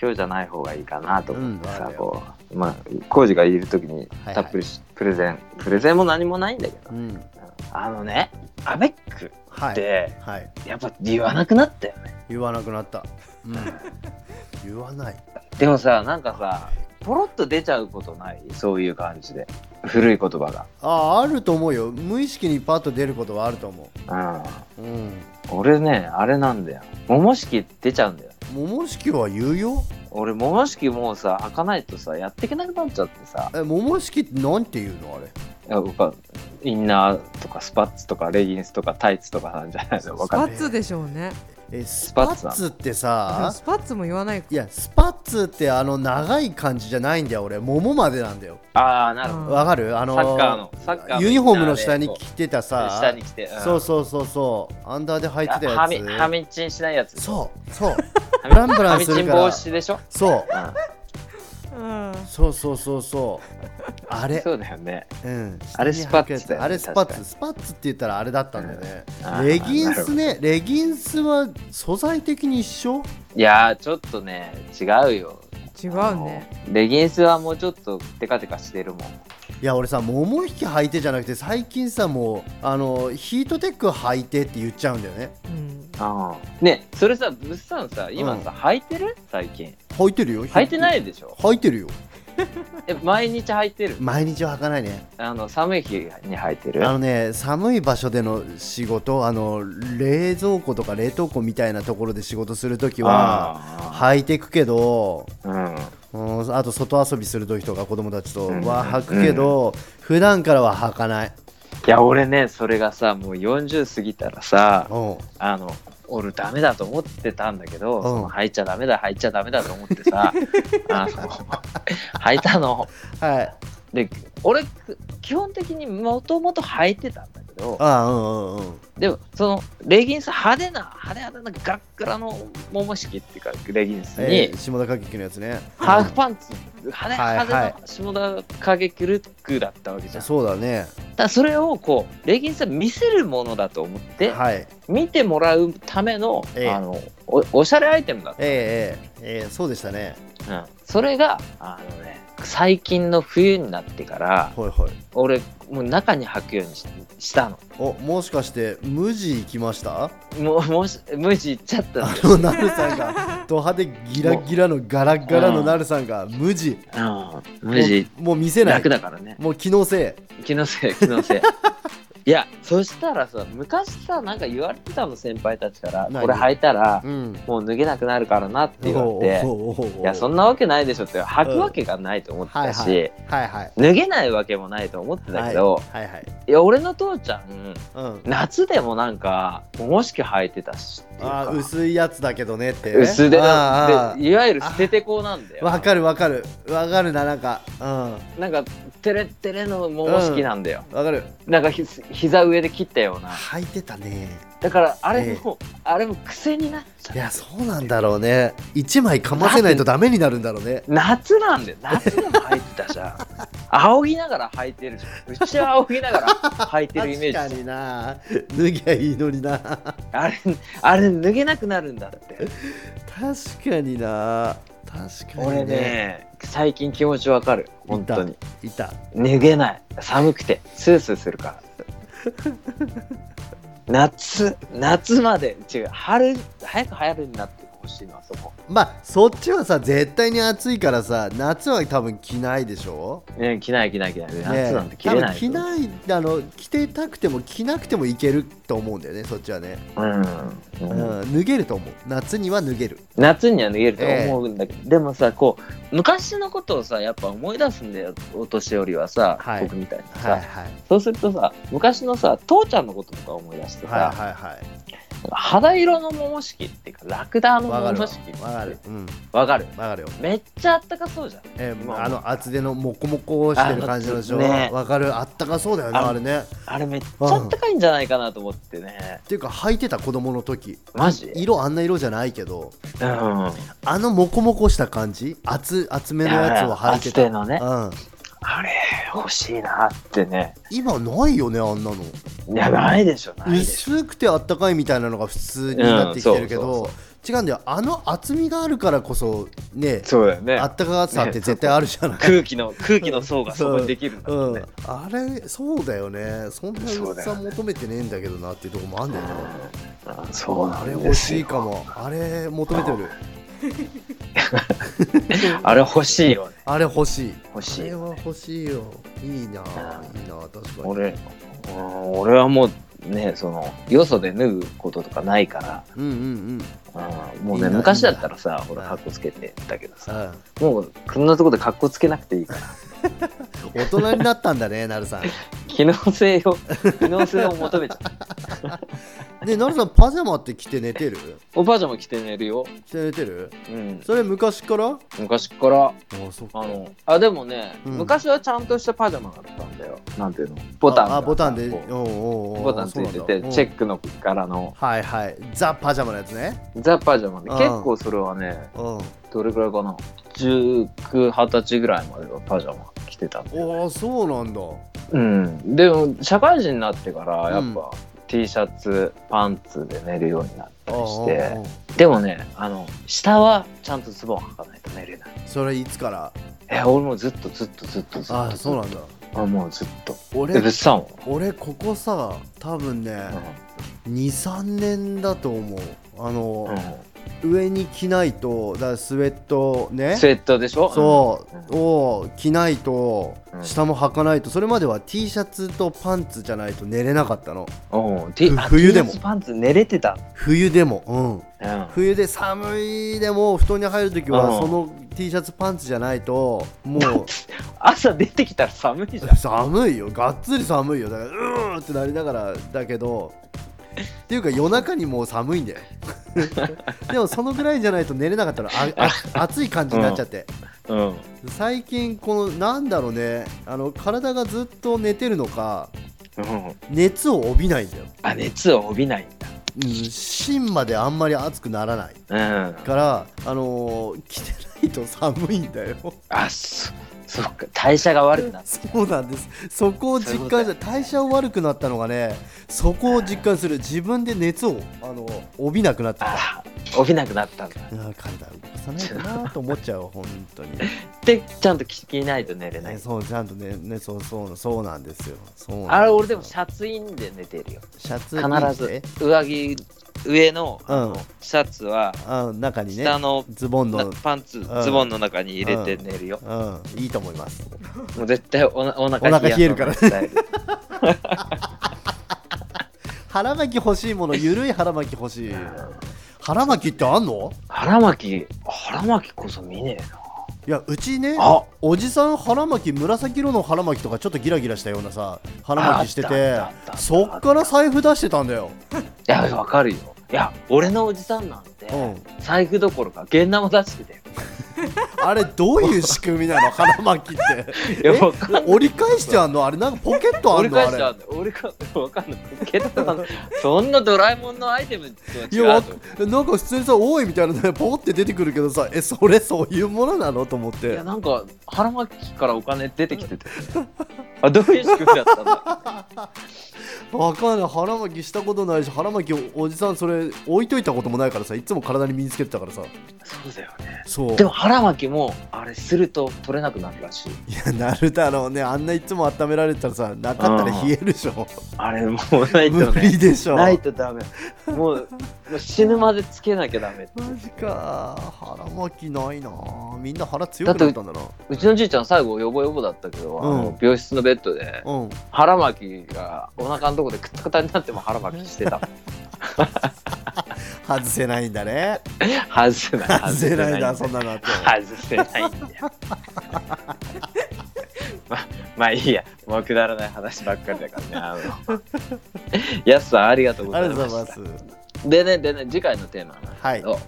S2: 今日じゃない方がいいかなと思ってさ、
S3: うん
S2: こう、まあ、工事がいるときに
S3: はい
S2: たっぷりし、プレゼン、プレゼンも何もないんだけど。
S3: うん
S2: あのね、アベック
S3: は
S2: っ
S3: い
S2: て、
S3: はい
S2: やっぱ言わなくなったよね。
S3: 言わなくなった
S4: [laughs]
S3: うん言わない
S2: でもさ、なんかさ、ポロッと出ちゃうことないそういう感じで。古い言葉が。
S3: ああると思うよ無意識にパッと出ることはあると思
S2: うん、
S3: ううん
S2: 俺ねあれなんだよ桃式出ちゃうんだよ
S3: 桃式は言うよ
S2: 俺桃式もうさ開かないとさやっていけなくなっちゃってさ
S3: え桃式ってなんて言うのあれ
S2: やっぱインナーとかスパッツとかレギンスとかタイツとかなんじゃないのわ
S4: スパ
S2: かん
S4: ッツでしょうね
S3: えスパ
S2: パッツ
S3: ッ
S2: だ
S3: ツって
S4: でも
S3: さ
S4: スパッツも言わないか
S3: いやスパッツってあの長い感じじゃないんだよ俺桃までなんだよ
S2: ないああなるほ
S4: うん
S3: わかるあの
S2: サッカーのサッカーの
S3: ユニフォームの下に着てた
S2: ど下
S3: さ
S2: に来て、ん
S3: そうそうそうそうアンダーで履いてた
S2: あはみは
S3: や
S2: みちんしないやつ
S3: つそうそう
S2: はみ
S3: ブランブラ
S2: は
S3: ン
S2: み
S3: す
S2: ち
S3: る
S2: ん
S3: か
S2: 防
S3: ら
S2: 止でしょ、
S3: そう
S2: うん
S4: うん
S3: そうそうそうそうあれ
S2: そうだよね
S3: うん、
S2: あれ
S3: 下に
S2: スパ
S3: 履く
S2: ッ
S3: や
S2: ツ
S3: つ
S2: だよね
S3: あれスパッ
S2: 確か
S3: ツスパッツって言ったらあれだったんだよね
S2: うんあー
S3: レギンスねレギンスは素材的に一緒
S2: いやーちょっとね違うよ
S4: 違う
S2: あの
S4: ね
S2: レギンスはもうちょっとテカテカしてるもん
S3: いや俺さ桃引き履いてじゃなくて最近さもうあのヒートテック履いてって言っちゃうんだよね
S4: うん
S2: ああねそれさ物産さ今さ、履いてる最近
S3: 履いてるよ
S2: 履いてないいでし
S3: [laughs]
S2: ょ
S3: 履いてるよ
S2: え毎日履いてる
S3: 毎日は履かないね
S2: あの寒い日に履いてる
S3: あのね寒い場所での仕事あの冷蔵庫とか冷凍庫みたいなところで仕事するときは
S2: あ
S3: 履いてくけど
S2: あうん
S3: うんあと外遊びする時とか子供たちと
S2: うん
S3: は履くけど、普段からは履かない、
S2: いや俺ねそれがさもう40過ぎたらさ
S3: うん、
S2: あの俺ダメだと思ってたんだけど、
S3: ん
S2: その履いちゃダメだ履いちゃダメだと思って
S3: [laughs]
S2: さあの [laughs] 履いたの
S3: はい
S2: で俺基本的にもともと履いてたんだけど
S3: あうんうんうん
S2: でもそのレギンス派手な派手派手なガッガラの桃式っていうかレギンスに、
S3: えー下田歌劇のやつね
S2: ハーフパンツ派手
S3: はいはい
S2: 派手な下田影キルックだったわけじゃん、
S3: そうだね
S2: だからそれをこうレギンスは見せるものだと思って、
S3: はい
S2: 見てもらうための,、
S3: ええ
S2: あのおおしゃれアイテムだった、
S3: ええええええそうでしたね
S2: うん、それがあのね最近の冬になってから
S3: はいはい
S2: 俺もう中に履くようにししたの
S3: おもしかして無地行きました
S2: もうもし無視いっちゃったの
S3: あのなるさ
S2: [laughs]
S3: んがド派手ギラギラのガラガラのなるさんが無地
S2: うん、無地
S3: もうもう見せない
S2: 楽だからね
S3: もう機能性
S2: 気の
S3: [laughs]
S2: せい気のせいいやそしたらさ昔さなんか言われてたの先輩たちから
S3: 何
S2: これ履いたら
S3: うん
S2: もう脱げなくなるからなって言われていやそん
S3: な
S2: なわけないでしょって履くわけがないと思ってたし、
S3: はいはいはい
S2: 脱げないわけもないと思ってたけど、
S3: はいはい
S2: い、や俺の父ちゃん
S3: うん
S2: 夏でもなんかもしき履いてたしっていう
S3: あ
S2: か
S3: ー薄いやつだけどねって
S2: 薄手
S3: あ
S2: な
S3: ーあ
S2: ん
S3: ー
S2: でいわゆる捨ててこうなんだよ
S3: わかるわかるわかるななんかうん
S2: なんかテレッテレのもも式なんだよ、
S3: わかる
S2: なんかひ膝上で切ったような
S3: 履いてたね
S2: だからあれも、あれも癖になっちゃう
S3: いやそうなんだろうね一枚かませないとダメになるんだろうね
S2: 夏なんだよ夏でも履いてたじゃん仰ぎながら履いてるじゃんうちは仰ぎながら履いてるイメ
S3: 確
S2: ー
S3: か
S2: ジ
S3: にな脱ぎゃいいのにな確
S2: あれあれ脱げなくなるんだって
S3: かにな確か
S2: 俺
S3: にね
S2: ね最近気持ちわかる本当に
S3: いた
S2: 脱げない寒くてスースーするから夏夏まで違う春早く春になってほしいのはそこ、
S3: まあそっちはさ絶対に暑いからさ夏は多分着ないでしょ
S2: ね、着ない着ない着ない
S3: ねえ
S2: 夏なんて着れない、
S3: 多分着ないあの着てたくても着なくてもいけると思うんだよねそっちはね、
S2: うん、
S3: う
S2: うん
S3: ん脱げると思う夏には脱げる
S2: 夏には脱げると思うんだけど、でもさこう昔のことをさやっぱ思い出すんだよお年寄りはさ、
S3: はい
S2: 僕みたいにさ、
S3: はいはい
S2: そうするとさ昔のさ父ちゃんのこととか思い出してさ、
S3: はいはいはい
S2: 肌色の桃式っていうかラクダの
S3: わかる
S2: 桃
S3: わ
S2: 式って
S3: わかるうん
S2: わかる
S3: わかるよ
S2: めっちゃあったかそうじゃん
S3: え
S2: ま
S3: ー、
S2: あ
S3: あの厚手のモコモコしてる感じのでしょ
S2: あね
S3: わかるあったかそうだよね
S2: あ
S3: あれねっ
S2: あれめっちゃあったかいんじゃないかなと思ってね
S3: ていうか履いてた子供の時
S2: マジ
S3: 色あんな色じゃないけど
S2: うん
S3: あのモコモコした感じ厚厚めのやつを履い
S2: い
S3: て
S2: や厚手
S3: た
S2: のね
S3: うん、
S2: あれ欲しいなってね
S3: 今ないよねあんなの
S2: いやないでしょないでしょ
S3: 薄くてあったかいみたいなのが普通になってきてるけ
S2: うんそ
S3: ど
S2: う、
S3: 違うんだよあの厚みがあるからこそね
S2: そうだよね
S3: あったかさって絶対あるじゃない、
S2: 空気の空気の層 [laughs] がそこにできるんだ
S3: う
S2: もん
S3: ん
S2: ね、、
S3: あれそうだよねそんな
S2: そうだ
S3: 薄
S2: よ
S3: さ
S2: ね
S3: 求めてねえんだけどなっていうとこもあんだよね
S2: あそうな
S3: あれ
S2: ん
S3: 欲
S2: です
S3: しい
S2: よ
S3: かもあれ求めてる
S2: あれ欲しいよね
S3: あれ欲しい
S2: 欲しい
S3: あれ
S2: よ
S3: は欲しいよいいなあ
S2: う
S3: いいなあ確かに
S2: 俺うん俺はもうねそのよそで脱ぐこととかないから
S3: うんうんうん
S2: あもう
S3: いい
S2: ね
S3: な
S2: 昔だったらさほら
S3: うん
S2: かっこつけてたけどさ
S3: あ
S2: もうこんなとこでかっこつけなくていいから [laughs]
S3: 大人になったんだねなるさん
S2: 機能性を機能性を求めちゃう
S3: でなるさんパジャマって着て寝てる
S2: おばあちゃんも着て寝るよ、
S3: 着て寝てる
S2: うん、
S3: それ昔から
S2: 昔から
S3: あそっ
S2: あのあでもね、
S3: うん
S2: 昔はちゃんとしたパジャマだったんだよなんていうのボタン
S3: あ
S2: が
S3: あボタンで
S2: こう
S3: おうおうおう
S2: ボタンついてて
S3: そうなんだ
S2: チェックの柄の
S3: うんはいはいザ・パジャマのやつね
S2: ザ・パジャマで
S3: うん
S2: 結構それはね
S3: うん
S2: どれくらいかな1920歳ぐらいまではパジャマ着てたんだよ
S3: おおそうなんだ
S2: うんでも社会人になってからや
S3: う
S2: っ
S3: ん
S2: ぱ、T シャツパンツで寝るようになったりし
S3: うんうん
S2: て
S3: うん
S2: でもねあの下はちゃんとズボン履かないと寝れない
S3: それいつから
S2: え俺もずっとずっとずっとずっと
S3: ああそうなんだ
S2: あもうずっと
S3: 俺
S2: で物産も
S3: 俺ここさ多分ね
S2: うん
S3: 23年だと思うあの、
S2: う
S3: 上に着ないとだからスウェットね
S2: んスウェットでしょ
S3: そうを着ないと
S2: うん
S3: 下も履かないとそれまでは T シャツとパンツじゃないと寝れなかったの
S2: うんうん、T- あ
S3: 冬でも
S2: T シャツパンツ寝れてた、
S3: 冬でもうん
S2: うん、
S3: 冬で寒いでも布団に入る時は
S2: う
S3: そ
S2: ん
S3: の T シャツパンツじゃないと
S2: [laughs]
S3: も
S2: 朝出てきたら寒いじゃ
S3: うん寒いよがっつり寒いよだからうーんってなりながらだけどっていうか夜中にもう寒いんだよ [laughs] でもそのぐらいじゃないと寝れなかったのあ
S2: [laughs]
S3: あ暑い感じになっちゃって、
S2: うん
S3: 最近このなんだろうねあの体がずっと寝てるのか
S2: うん、
S3: 熱を帯びないんだよ、
S2: あ熱を帯びないん
S3: うん、芯まであんまり熱くならない
S2: だうん
S3: からあのー着てないと寒いんだよ
S2: あそそっか代謝が悪くなって
S3: そうなんですそこを実感し
S2: そういうことだ
S3: た
S2: よね
S3: 代謝悪くなったのがねそこを実感する自分で熱をあの帯びなくなってた
S2: ああ起きなくなったんだっ
S3: うん体動かさないとなと思っちゃう本当に、
S2: てちゃんと聞きないと寝れな
S3: ね、
S2: い
S3: そうちゃんとねねそうそうそうなんですよそうなんですよ
S2: あれ俺でもシャツインで寝てるよ
S3: シャツ
S2: 必
S3: いいね
S2: ず上着上の
S3: う
S2: あのシャツは
S3: あ中にね
S2: 下の
S3: ズボン
S2: な
S3: の
S2: パンツズボンの中に入れて寝るよ
S3: うんいいと思います
S2: もう絶対おなお
S3: お
S2: 腹
S3: 腹冷えるから
S2: やそうなスタイル
S3: 腹巻き欲しいものゆるい腹巻き欲しい腹巻きってあんの
S2: 腹巻き腹巻きこそ見ねえない
S3: やうちね
S2: あ
S3: おじさん腹巻き紫色の腹巻きとかちょっとギラギラしたようなさ腹巻きしてて
S2: あったあったあったあった
S3: そっから財布出してたんだよ、
S2: いやわかるよいや俺のおじさんなんて
S3: うん、
S2: 財布どころか現ナも出してたよ
S3: あれどういう仕組みなの [laughs] 腹巻きって
S2: いやわかんない
S3: 折り返してあんのあれなんかポケットあ
S2: 俺
S3: んの
S2: 返
S3: あ
S2: してあ
S3: れ
S2: んの俺かわかんないポケットなんてそんなドラえもんのアイテムと
S3: いや
S2: は違
S3: わ
S2: うと思う
S3: なんか普通にさ「多い」みたいなねポーって出てくるけどさえそれそういうものなのと思っ
S2: い
S3: て
S2: やなんか腹巻きからお金出てきててあどういう仕組みだったんだ
S3: わかんない腹巻きしたことないし腹巻きおおじさんそれ置いといたこともないからさいつも体に身につけてたからさ
S2: そうだよね
S3: そう
S2: でも腹巻きもあれすると取れなくなるらしい
S3: い [laughs] やなるだろうねあんないつも温められてたらさなかったら冷えるでしょ
S2: あれもうないと
S3: 無
S2: ね
S3: 理でしょ
S2: ないとダメもうもう死ぬまでつけなきゃダメって
S3: マジか腹巻きないなみんな腹強くなったんだな
S2: うちのじいちゃん最後ヨボヨボだったけど、あ
S3: うん
S2: の病室のベッドで
S3: うん
S2: 腹巻きがお腹のとこでくったくたになっても腹巻きして
S3: [laughs]
S2: た
S3: 外せないんだね
S2: 外せない
S3: 外せないんだそんなのあって
S2: 外せないんだよ [laughs] ままあいいやもうくだらない話ばっかりだからねあのやすさんありがとうご
S3: あ
S2: ざい
S3: り
S2: ま
S3: が
S2: し
S3: と
S2: た
S3: うございます
S2: でねでね次回のテーマなんだ
S3: は
S2: け
S3: い
S2: ど、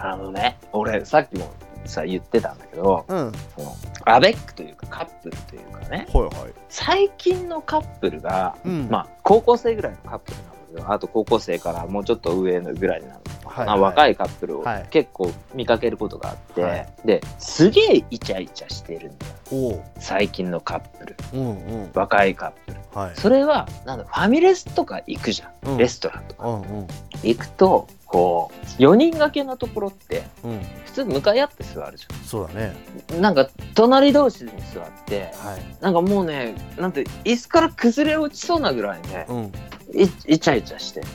S2: あのね俺さっきもさ言ってたんだけど
S3: うんはい
S2: そのアベックというかカップルというかね
S3: はい
S2: 最近のカップルが、
S3: うん
S2: まあ高校生ぐらいのカップルなんだけどあと高校生からもうちょっと上のぐらいになる
S3: はい
S2: まあ
S3: い
S2: 若いカップルを
S3: はい
S2: 結構見かけることがあって、
S3: はい
S2: ですげえイチャイチャしてるんだよ
S3: おう
S2: 最近のカップル
S3: うんうん
S2: 若いカップル
S3: はい
S2: それはなんだファミレスとか行くじゃん、
S3: うん
S2: レストランとか
S3: うんうん
S2: 行くとこう4人掛けのところって
S3: うん
S2: 普通向かい合って座るじ
S3: そうだね
S2: ゃんなんか隣同士に座って
S3: はい
S2: なんかもうねなんて椅子から崩れ落ちそうなぐらいね
S3: うん
S2: いイチャイチャ
S3: [laughs]
S2: してんの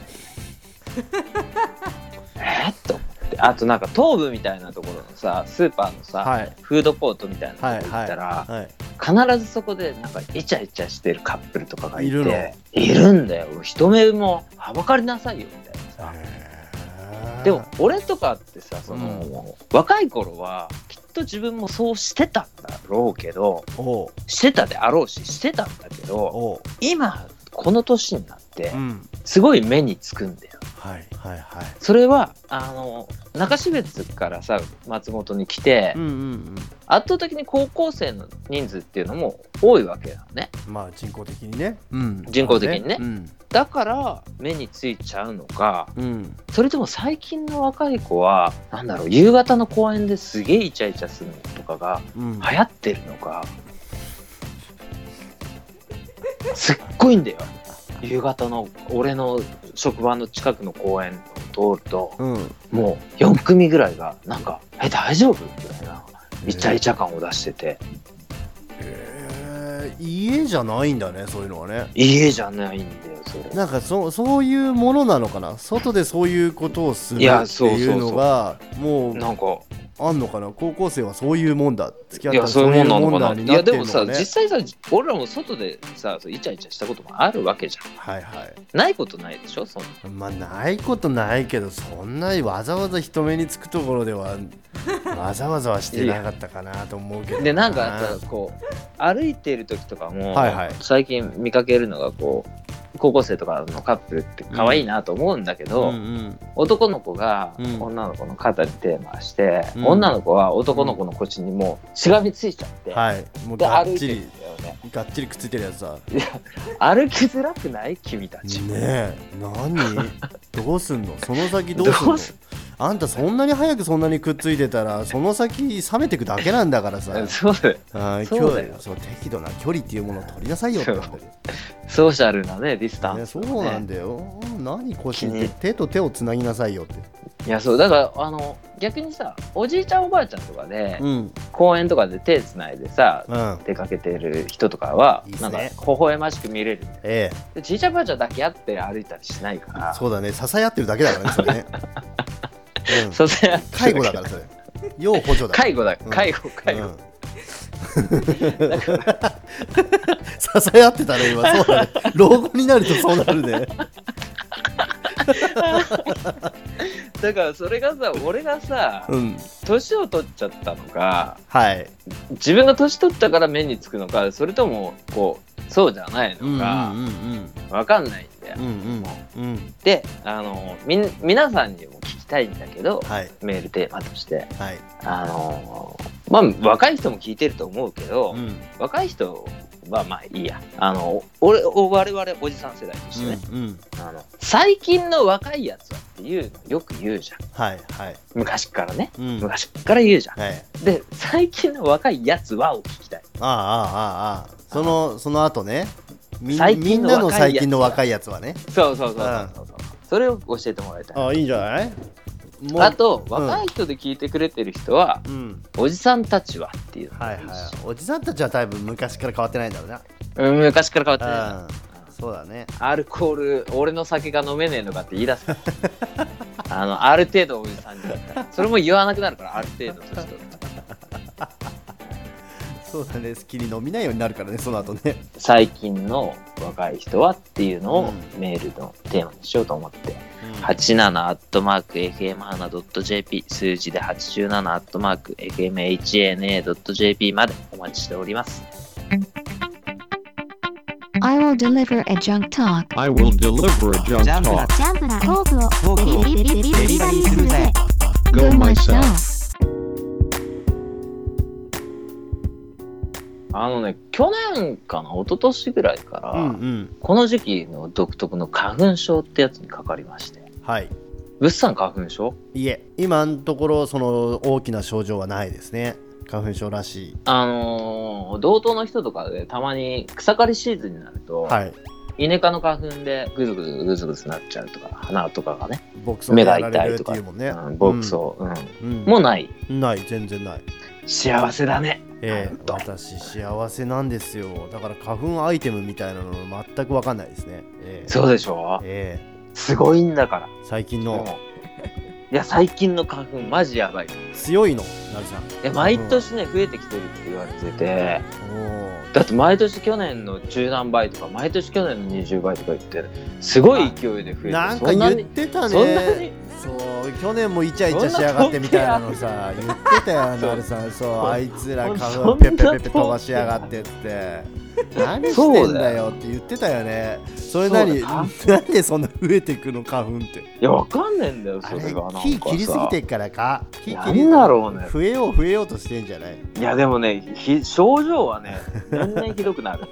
S2: えっと思ってあとなんか東部みたいなところのさスーパーのさ、
S3: はい
S2: フードコートみたいなとこ
S3: はい
S2: 行ったら、
S3: はい
S2: 必ずそこでなんかイチャイチャしてるカップルとかがいて
S3: いるの
S2: いるんだよ人目もはばかりなさいよみたいなさ、
S3: はい
S2: でも俺とかってさその、若い頃はきっと自分もそうしてたんだろうけど
S3: おう
S2: してたであろうししてたんだけど
S3: おう
S2: 今この年になって
S3: うん
S2: すごい目につくんだよ
S3: はいはいはい
S2: それはあの中標津からさ松本に来て、
S3: うんうん
S2: 圧倒的に高校生の人数っていうのも多いわけなのね
S3: うんまあ人工的にねうん
S2: 人工的にね
S3: うん
S2: だから目についちゃうのか
S3: うん
S2: それとも最近の若い子はなんだろう夕方の公園ですげえイチャイチャするのとかが
S3: う
S2: 流
S3: ん
S2: 行ってるのかすっごいんだよ夕方の俺の職場の近くの公園を通ると
S3: うん
S2: もう4組ぐらいがなんか「え大丈夫?」みたいなイチャイチャ感を出してて
S3: えー家じゃないんだねそういうのはね
S2: 家じゃないんだよそれ。
S3: なんかそそういうものなのかな外でそういうことをするって
S2: いやそう
S3: いうのがもう
S2: なんか
S3: あんのかな高校生はそういうもんだ付き合っ
S2: い
S3: た
S2: や
S3: ら
S2: そ
S3: そうう
S2: い
S3: いうう
S2: もん
S3: も
S2: なんのか
S3: だ
S2: な
S3: に
S2: い
S3: な
S2: や
S3: って
S2: で
S3: る
S2: も
S3: の
S2: さ
S3: かね
S2: 実際さ俺らも外でさそうイチャイチャしたこともあるわけじゃ
S3: はいはい
S2: んないことないでしょそんな
S3: まあないことないけどそんなにわざわざ人目につくところではわざわざはしてなかったかなと思うけど
S2: でなんかさこう歩いてる時とかも、
S3: はいはい
S2: 最近見かけるのがこう高校生とかのカップルって可愛いなと思うんだけ
S3: う
S2: ど、
S3: んうん
S2: 男の子が
S3: うん
S2: 女の子の肩に手回して、
S3: うん
S2: 女の子は男の子の腰にもうしがみついちゃって、
S3: はいもう
S2: で
S3: が
S2: 歩
S3: っ
S2: い
S3: ち
S2: てる
S3: り
S2: んだよね
S3: がっちりくっついてるやつさ
S2: 歩きづらくない君たち、 [laughs]
S3: ねえ何どうすんのその先どう
S2: どう
S3: すんの
S2: す
S3: あんたそんなに早くそんなにくっついてたらその先冷めてくだけなんだからさ
S2: [laughs] そうだよ
S3: あ
S2: そ
S3: そう
S2: だよ
S3: そう適度な距離っていうものを取りなさいよってことだよ
S2: ソーシャルなねディスタ
S3: ね
S2: ンス、
S3: そ
S2: ね
S3: うなんだよ、何腰っ
S2: ね
S3: て手と手をつなぎなさいよって、
S2: いやそうだからあの逆にさおじいちゃんおばあちゃんとかで、
S3: うんうん
S2: 公園とかで手つないでさ出かけてる人とかはい
S3: いっす
S2: な
S3: ね
S2: んか微笑ましく見れる
S3: え
S2: でじいちゃんばあちゃん抱き合って歩いたりしないか
S3: え
S2: ら
S3: そうだね支え合ってるだけだからねそ
S2: [laughs]
S3: れね、うん
S2: そうせや
S3: 介護だからそれ要補助だから
S2: 介護だ
S3: うん
S2: 介護介護、
S3: うん支え合ってたね今そうだね老後になるとそうなるね
S2: だからそれがさ俺がさ
S3: うん
S2: 年を取っちゃったのか
S3: はい
S2: 自分が年取ったから目につくのかそれともこうそうじゃない
S3: うんうん
S2: のか
S3: うん
S2: わかんないんだよ、
S3: うんうんうんうん
S2: であのみん皆さんにも聞きたいんだけど、
S3: はい
S2: メールテーマとして
S3: はい
S2: あのまあ若い人も聞いてると思うけど、
S3: うん
S2: 若い人はまあいいやあの俺お我々おじさん世代としてね、
S3: うんうん
S2: あの最近の若いやつはっていうのよく言うじゃん
S3: はいはい
S2: 昔からね
S3: うんはい
S2: 昔から言うじゃん、
S3: ああ
S2: で最近の若いやつはを聞きたい
S3: ああああそのその後ねみ
S2: 最
S3: み
S2: 近
S3: ん
S2: の
S3: なの
S2: 若いやつ
S3: 最近の若いやつはね
S2: そうそうそうそうそうそうそれを教えてもらいたい
S3: あいいんじゃないもう
S2: あと
S3: ん
S2: 若い人で聞いてくれてる人は、
S3: うん
S2: おじさんたちはっていうの
S3: はいはいおじさんたちは多分昔から変わってないんだろうな
S2: うん昔から変わって
S3: うんそうだね
S2: ないアルコール俺の酒が飲めねえのかって言い出
S3: [laughs]
S2: すあのある程度おじさんになったらそれも言わなくなるからある程度年取ると
S3: そうだね好きに飲みないようになるからねその後ね
S2: 最近の若い人はっていうのを
S3: うん
S2: メールのテーマにしようと思って、87アットマーク FMHANA.jp 数字で87アットマーク FMHANA.jp までお待ちしております。
S5: I will deliver a junk talk.
S6: I will deliver a junk talk.
S5: ジャンプなトークを
S7: を
S5: デリデリデリデリバリーするぜ。
S6: Go myself.
S2: あのね、去年かな、一昨年ぐらいから、
S3: うんうん
S2: この時期の独特の花粉症ってやつにかかりまして。
S3: はい
S2: 物産花粉症
S3: いえ今のところその大きな症状はないですね花粉症らしい
S2: あのー同等の人とかでたまに草刈りシーズンになると、
S3: はい
S2: イネ科の花粉でグズグズグズグズなっちゃうとか、鼻とかがね、
S3: 牧草
S2: 目が
S3: や
S2: 痛
S3: られ
S2: い
S3: る
S2: と
S3: っ
S2: か、
S3: ていうもんね、
S2: うん牧草、うん
S3: うん、
S2: もうない。
S3: うんない全然ない
S2: 幸せだね。
S3: ええ
S2: なんと
S3: 私幸せなんですよだから花粉アイテムみたいなの全く分かんないですね、ええ
S2: そうでしょ
S3: え
S2: すごいんだから
S3: え。最近
S2: も
S3: の
S2: ういや、最近の花粉、マジやばい。い
S3: 強いのなるさん
S2: や、毎年ね、増えてきてるって言われてて、
S3: お
S2: だって毎年去年の十何倍とか、毎年去年の20倍とか言って、すごい勢いで増えて
S3: ー
S2: る。
S3: なん
S2: そ
S3: か
S2: んな
S3: 言っ
S2: に
S3: てた
S2: そんなに
S3: ねそう去年もイチャイチャしやがってみたいなのさ言ってたよなるさんそうあいつら花粉ペペペペ飛ばしやがってって何してんだよって言ってたよねそれなに
S2: そうだ
S3: なんでそんな増えていくの花粉って
S2: いや、わかんねえんだよ、
S3: あ
S2: そ
S3: れ
S2: れが。なんかさ
S3: 木切りすぎてっからか木切
S2: なんだろうね
S3: 増えよう増えようとしてんじゃない
S2: いや、でもね、ひ症状はね、年々ひどくな
S3: [laughs]
S2: る。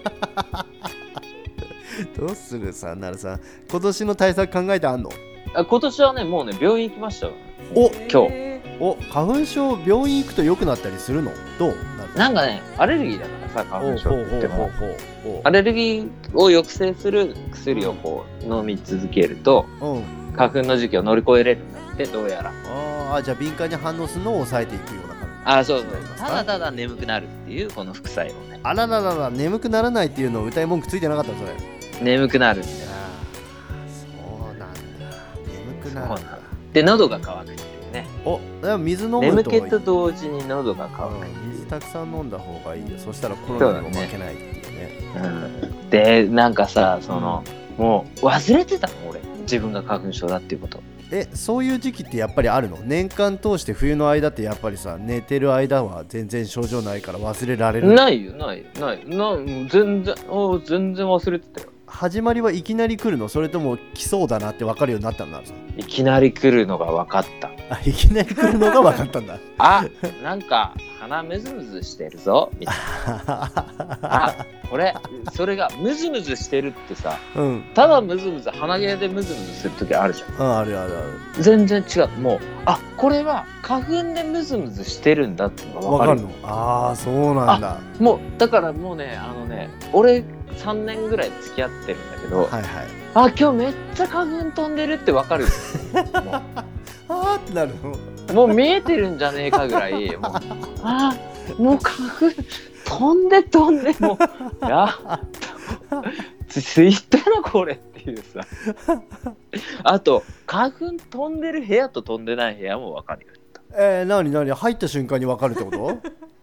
S3: どうするさなるさん今年の対策考えてあんの
S2: あ今年はね、もうね、病院行きましたよ。
S3: お
S2: 今日
S4: 日
S3: お花粉症病院行くと良くなったりするのどうなる
S2: なんかね、アレルギーだからさ、花粉症って言っても。
S3: ほうほうほうほう
S2: アレルギーを抑制する薬をこう飲み続けると
S3: うん
S2: 花粉の時期を乗り越えれるんだってどうやら
S3: あーじゃあ敏感に反応するのを抑えていくような感じ
S2: あそうそう
S3: そうですか
S2: ただただ眠くなるっていうこの副作用ね
S3: あらららら眠くならないっていうのを歌い文句ついてなかったのそれ
S2: 眠くなる
S3: あそうなんだ眠く
S2: な
S3: な
S2: る
S3: る
S2: んだで喉が渇くっていうね
S3: おでも水飲むと
S2: 眠気と同時に喉が渇く
S3: うん水たくさん飲んだ方がいいよそしたらコロナにも負けないっていうね
S2: うんでなんかさそのもう忘れてたの俺自分が花粉症だっていうこと
S3: えそういう時期ってやっぱりあるの年間通して冬の間ってやっぱりさ寝てる間は全然症状ないから忘れられる
S2: ないよないよないな全然おう全然忘れてたよ
S3: 始まりはいきなり来るのそれとも来そうだなって分かるようになったんださ
S2: いきなり来るのが分かった
S3: [laughs] あいきなり来るのが分かったんだ
S2: あなんか鼻ムズムズしてるぞみたいなあこれそれがムズムズしてるってさ
S3: うん、うん、
S2: ただムズムズ鼻毛でムズムズする時あるじゃん
S3: あるあるある。
S2: 全然違うもうあこれは花粉でムズムズしてるんだってのが
S3: わ
S2: 分
S3: か
S2: か
S3: る
S2: る
S3: のああ、そうなんだ。は
S2: もうだからもうねあのね俺3年ぐらい付き合ってるんだけど、
S3: いはい。
S2: あ今日めっちゃ花粉飛んでるって分かるも
S3: あーってなるの。
S2: うもう見えてるんじゃねえかぐらいもうあもう花粉飛んで飛んでもういやつついたなこれっていうさあと花粉飛んでる部屋と飛んでない部屋も分かるよ
S3: えー、なになに入った瞬間にわかるってこと [laughs] は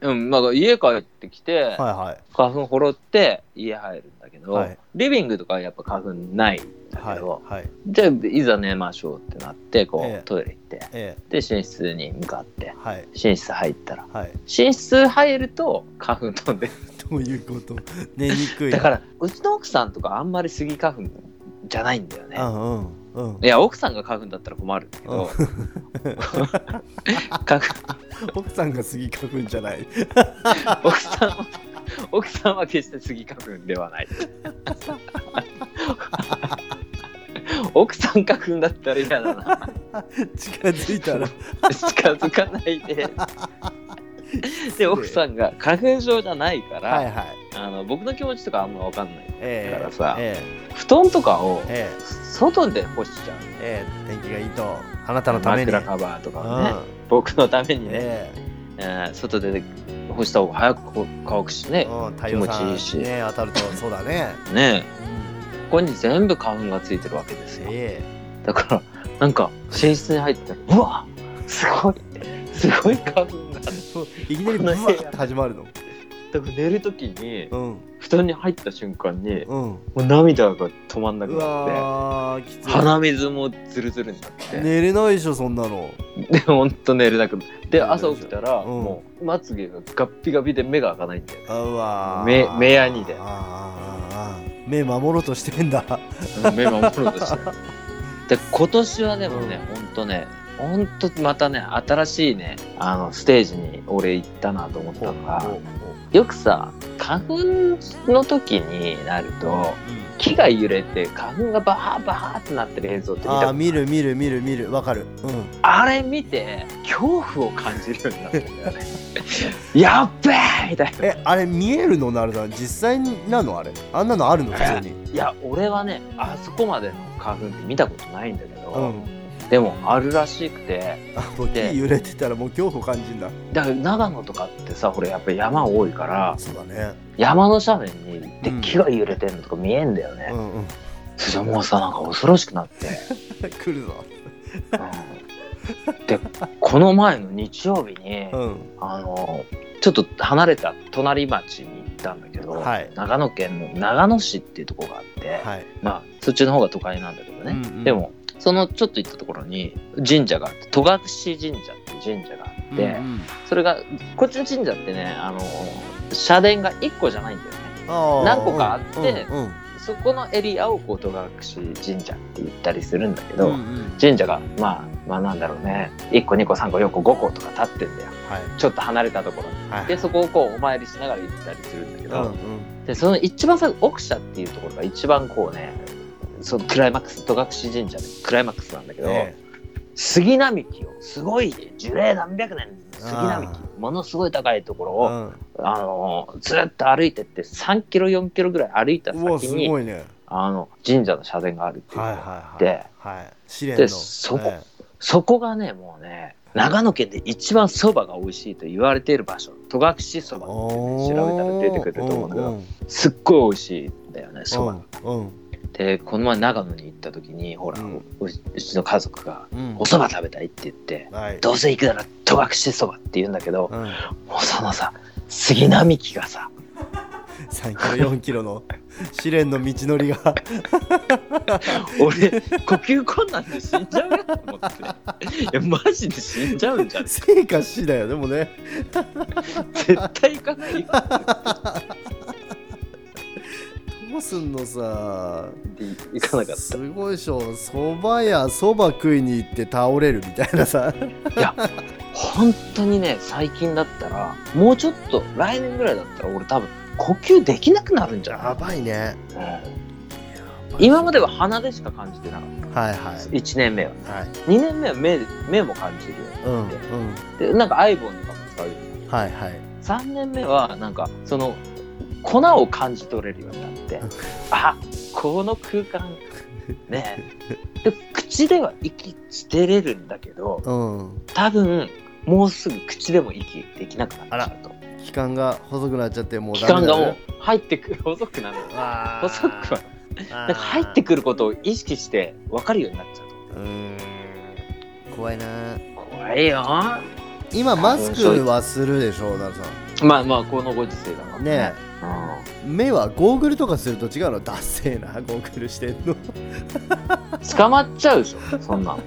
S2: うんまあ、家帰ってきて、
S3: いは
S2: 花粉ほろって家入るんだけど、
S3: はい
S2: リビングとかはやっぱ花粉ないん
S3: い。
S2: だ
S3: は
S2: け
S3: い。
S2: ど、
S3: はい。
S2: じゃあいざ寝ましょうってなってこう、
S3: ええ
S2: トイレ行って
S3: え
S2: で寝室に向かって
S3: ー、はい。
S2: 寝室入ったら
S3: はい。
S2: 寝室入ると花粉飛んでる
S3: [laughs] どういうこと寝にくい。
S2: だからうちの奥さんとかあんまりスギ花粉じゃないんだよね、
S3: うんうんうん。
S2: いや奥さんが花粉だったら困るんだけど、花粉
S3: 奥さんが杉書くんじゃない。
S2: [laughs] 奥さんは奥さんは決してスギ花粉ではない奥さん花粉だったら嫌だな
S3: 近づいたら。
S2: 近づかない
S3: [laughs]
S2: でで奥さんが花粉症じゃないから、
S3: はいはい。
S2: あの僕の気持ちとかあんま分かんない
S3: えー、
S2: だからさ
S3: え
S2: 布団とかを
S3: ー、えー、
S2: 外で干しちゃう
S3: えー、天気がいいと、あなたのために。
S2: 枕カバーと
S3: う
S2: かをね、
S3: ん。
S2: 僕のためにね、
S3: えー
S2: えー外で干した方が早く乾くしね、
S3: うん、太陽さ
S2: 気
S3: ん
S2: 持ちいいし
S3: ね当たるとそうだね。
S2: ね
S3: うん
S2: ここに全部花粉がついてるわけですよ
S3: え
S2: だからなんか寝室に入ってうわすごいすごい花粉が
S3: えいきなりブワーって始まるの。
S2: だから寝る時に
S3: うん
S2: 布団に入った瞬間に
S3: うん。
S2: もう涙が止まんなく
S3: う
S2: なっ
S3: わーきつ
S2: て
S3: い
S2: 鼻水もズルズルになって、
S3: 寝れないでしょそんなの
S2: でほんと寝れなくなってで
S3: うん
S2: 朝起きたら、
S3: うん
S2: もうまつげがガッピガピで目が開かないんだよね
S3: あうわー
S2: 目目やにで
S3: あーあーあー目守ろうとしてんだ
S2: 目守ろうと
S3: [laughs]
S2: してで今年はでもね、ほんとねほんとまたね新しいねあのステージに俺行ったなと思ったのが
S3: ほうほう
S2: よくさ花粉の時になると木が揺れて花粉がバハバハってなってる映像って見たこ
S3: あ
S2: と
S3: ー見る見る見る見るわかるうん
S2: あれ見て恐怖を感じるようになったんだよね [laughs] やっべえみたいな
S3: えあれ見えるのなるだ実際なのあれあんなのあるの普通に
S2: いや俺はねあそこまでの花粉って見たことないんだけど、
S3: うん
S2: でもあるらしくて
S3: あもう
S2: で
S3: 木揺れてたらもう恐怖感じんだ
S2: だから長野とかってさほらやっぱ山多いから
S3: そうだね
S2: 山の斜面にで
S3: うん
S2: 木が揺れてるのとか見えんだよね、
S3: うんうん
S2: そしたらもうさなんか恐ろしくなって、
S3: [laughs] 来るぞ
S2: うんでこの前の日曜日に、
S3: うん
S2: あのちょっと離れた隣町に行ったんだけど、
S3: はい
S2: 長野県の長野市っていうところがあって、
S3: はい
S2: まあそっちの方が都会なんだけどね、
S3: うんうん
S2: でもそのちょっと行ったところに神社があって戸隠神社っていう神社があって、
S3: うんうん
S2: それがこっちの神社ってねあの社殿が1個じゃないんだよね
S3: あー
S2: 何個かあって
S3: うんうん
S2: そこのエリアをこう戸隠神社って言ったりするんだけど、
S3: うんうん
S2: 神社がまあまあなんだろうね1個2個3個4個5個とか立ってんだよ
S3: はい
S2: ちょっと離れたところに
S3: はい
S2: でそこをこうお参りしながら行ったりするんだけ
S3: うん
S2: ど、
S3: うん
S2: でその一番最後奥社っていうところが一番こうねそのクライマックス戸隠神社のクライマックスなんだけど、
S3: え
S2: 杉並木をすごい樹齢何百年杉並
S3: あ
S2: 木ものすごい高いところ
S3: えう
S2: を、
S3: ん
S2: あのーずっと歩いてって3キロ4キロぐらい歩いた
S3: うわ
S2: 先
S3: す
S2: に
S3: ごいね
S2: あの神社の社殿があるっていう、
S3: はいはいはい
S2: で
S3: はい試練の
S2: でそこ
S3: え
S2: そこがねもうね長野県で一番そばが美味しいと言われている場所戸隠そ
S3: え
S2: ばって、ね、調べたら出てくると思うんだけど、
S3: おー
S2: すっごい美味しいんだよねそば、
S3: うんうん
S2: でこの前長野に行った時にほら、
S3: うん
S2: ううちの家族が
S3: うんう
S2: 「
S3: ん
S2: おそば食べたい」って言って
S3: はい
S2: 「どうせ行くなら戸隠そば」って言うんだけど、
S3: うん
S2: もうそのさ杉並木がさ
S3: 3キロ4キロの試練の道のりが
S2: 俺呼吸困難で死んじゃうよと思っていやマジで死んじゃうんじゃん
S3: 成果しだよでもね
S2: 絶対行かないよ
S3: どうすんのさ
S2: って行かなかっ
S3: すごいでしょそば屋そば食いに行って倒れるみたいなさ
S2: たいや本当にね最近だったらもうちょっと来年ぐらいだったら俺多分呼吸できなくなるんじゃ
S3: や
S2: な
S3: ばいね
S2: い、うん今までは鼻でしか感じてなかっ
S3: はいは
S2: た
S3: い
S2: 1年目は
S3: はい
S2: 2年目は目で目も感じるよう
S3: う
S2: にな
S3: ん
S2: って、で
S3: う
S2: なんかアイボンとかも使うように
S3: んはいはい
S2: 3年目はなんかその粉を感じ取れるようにな [laughs] ってあこの空間ねで口では息してれるんだけど
S3: うん
S2: 多分もうすぐ口でも息できなくなっちゃうと
S3: 期間が細くなっちゃってもう
S2: 気
S3: ダ
S2: 管
S3: メ
S2: が
S3: だ
S2: もう
S3: ね
S2: 入ってくる細くなる
S3: あー
S2: 細くは
S3: あ
S2: な
S3: ー
S2: んか入ってくることを意識して分かるようになっちゃう
S3: うーん怖いな
S2: と怖いよ
S3: 今マスクはするでしょうなるさ
S2: まあまあこのご時世だから
S3: んねえ目はゴーグルとかすると違うのダッセーなゴ [laughs] ーグルしてん
S2: う
S3: の
S2: ん捕まっちゃうでしょそんなの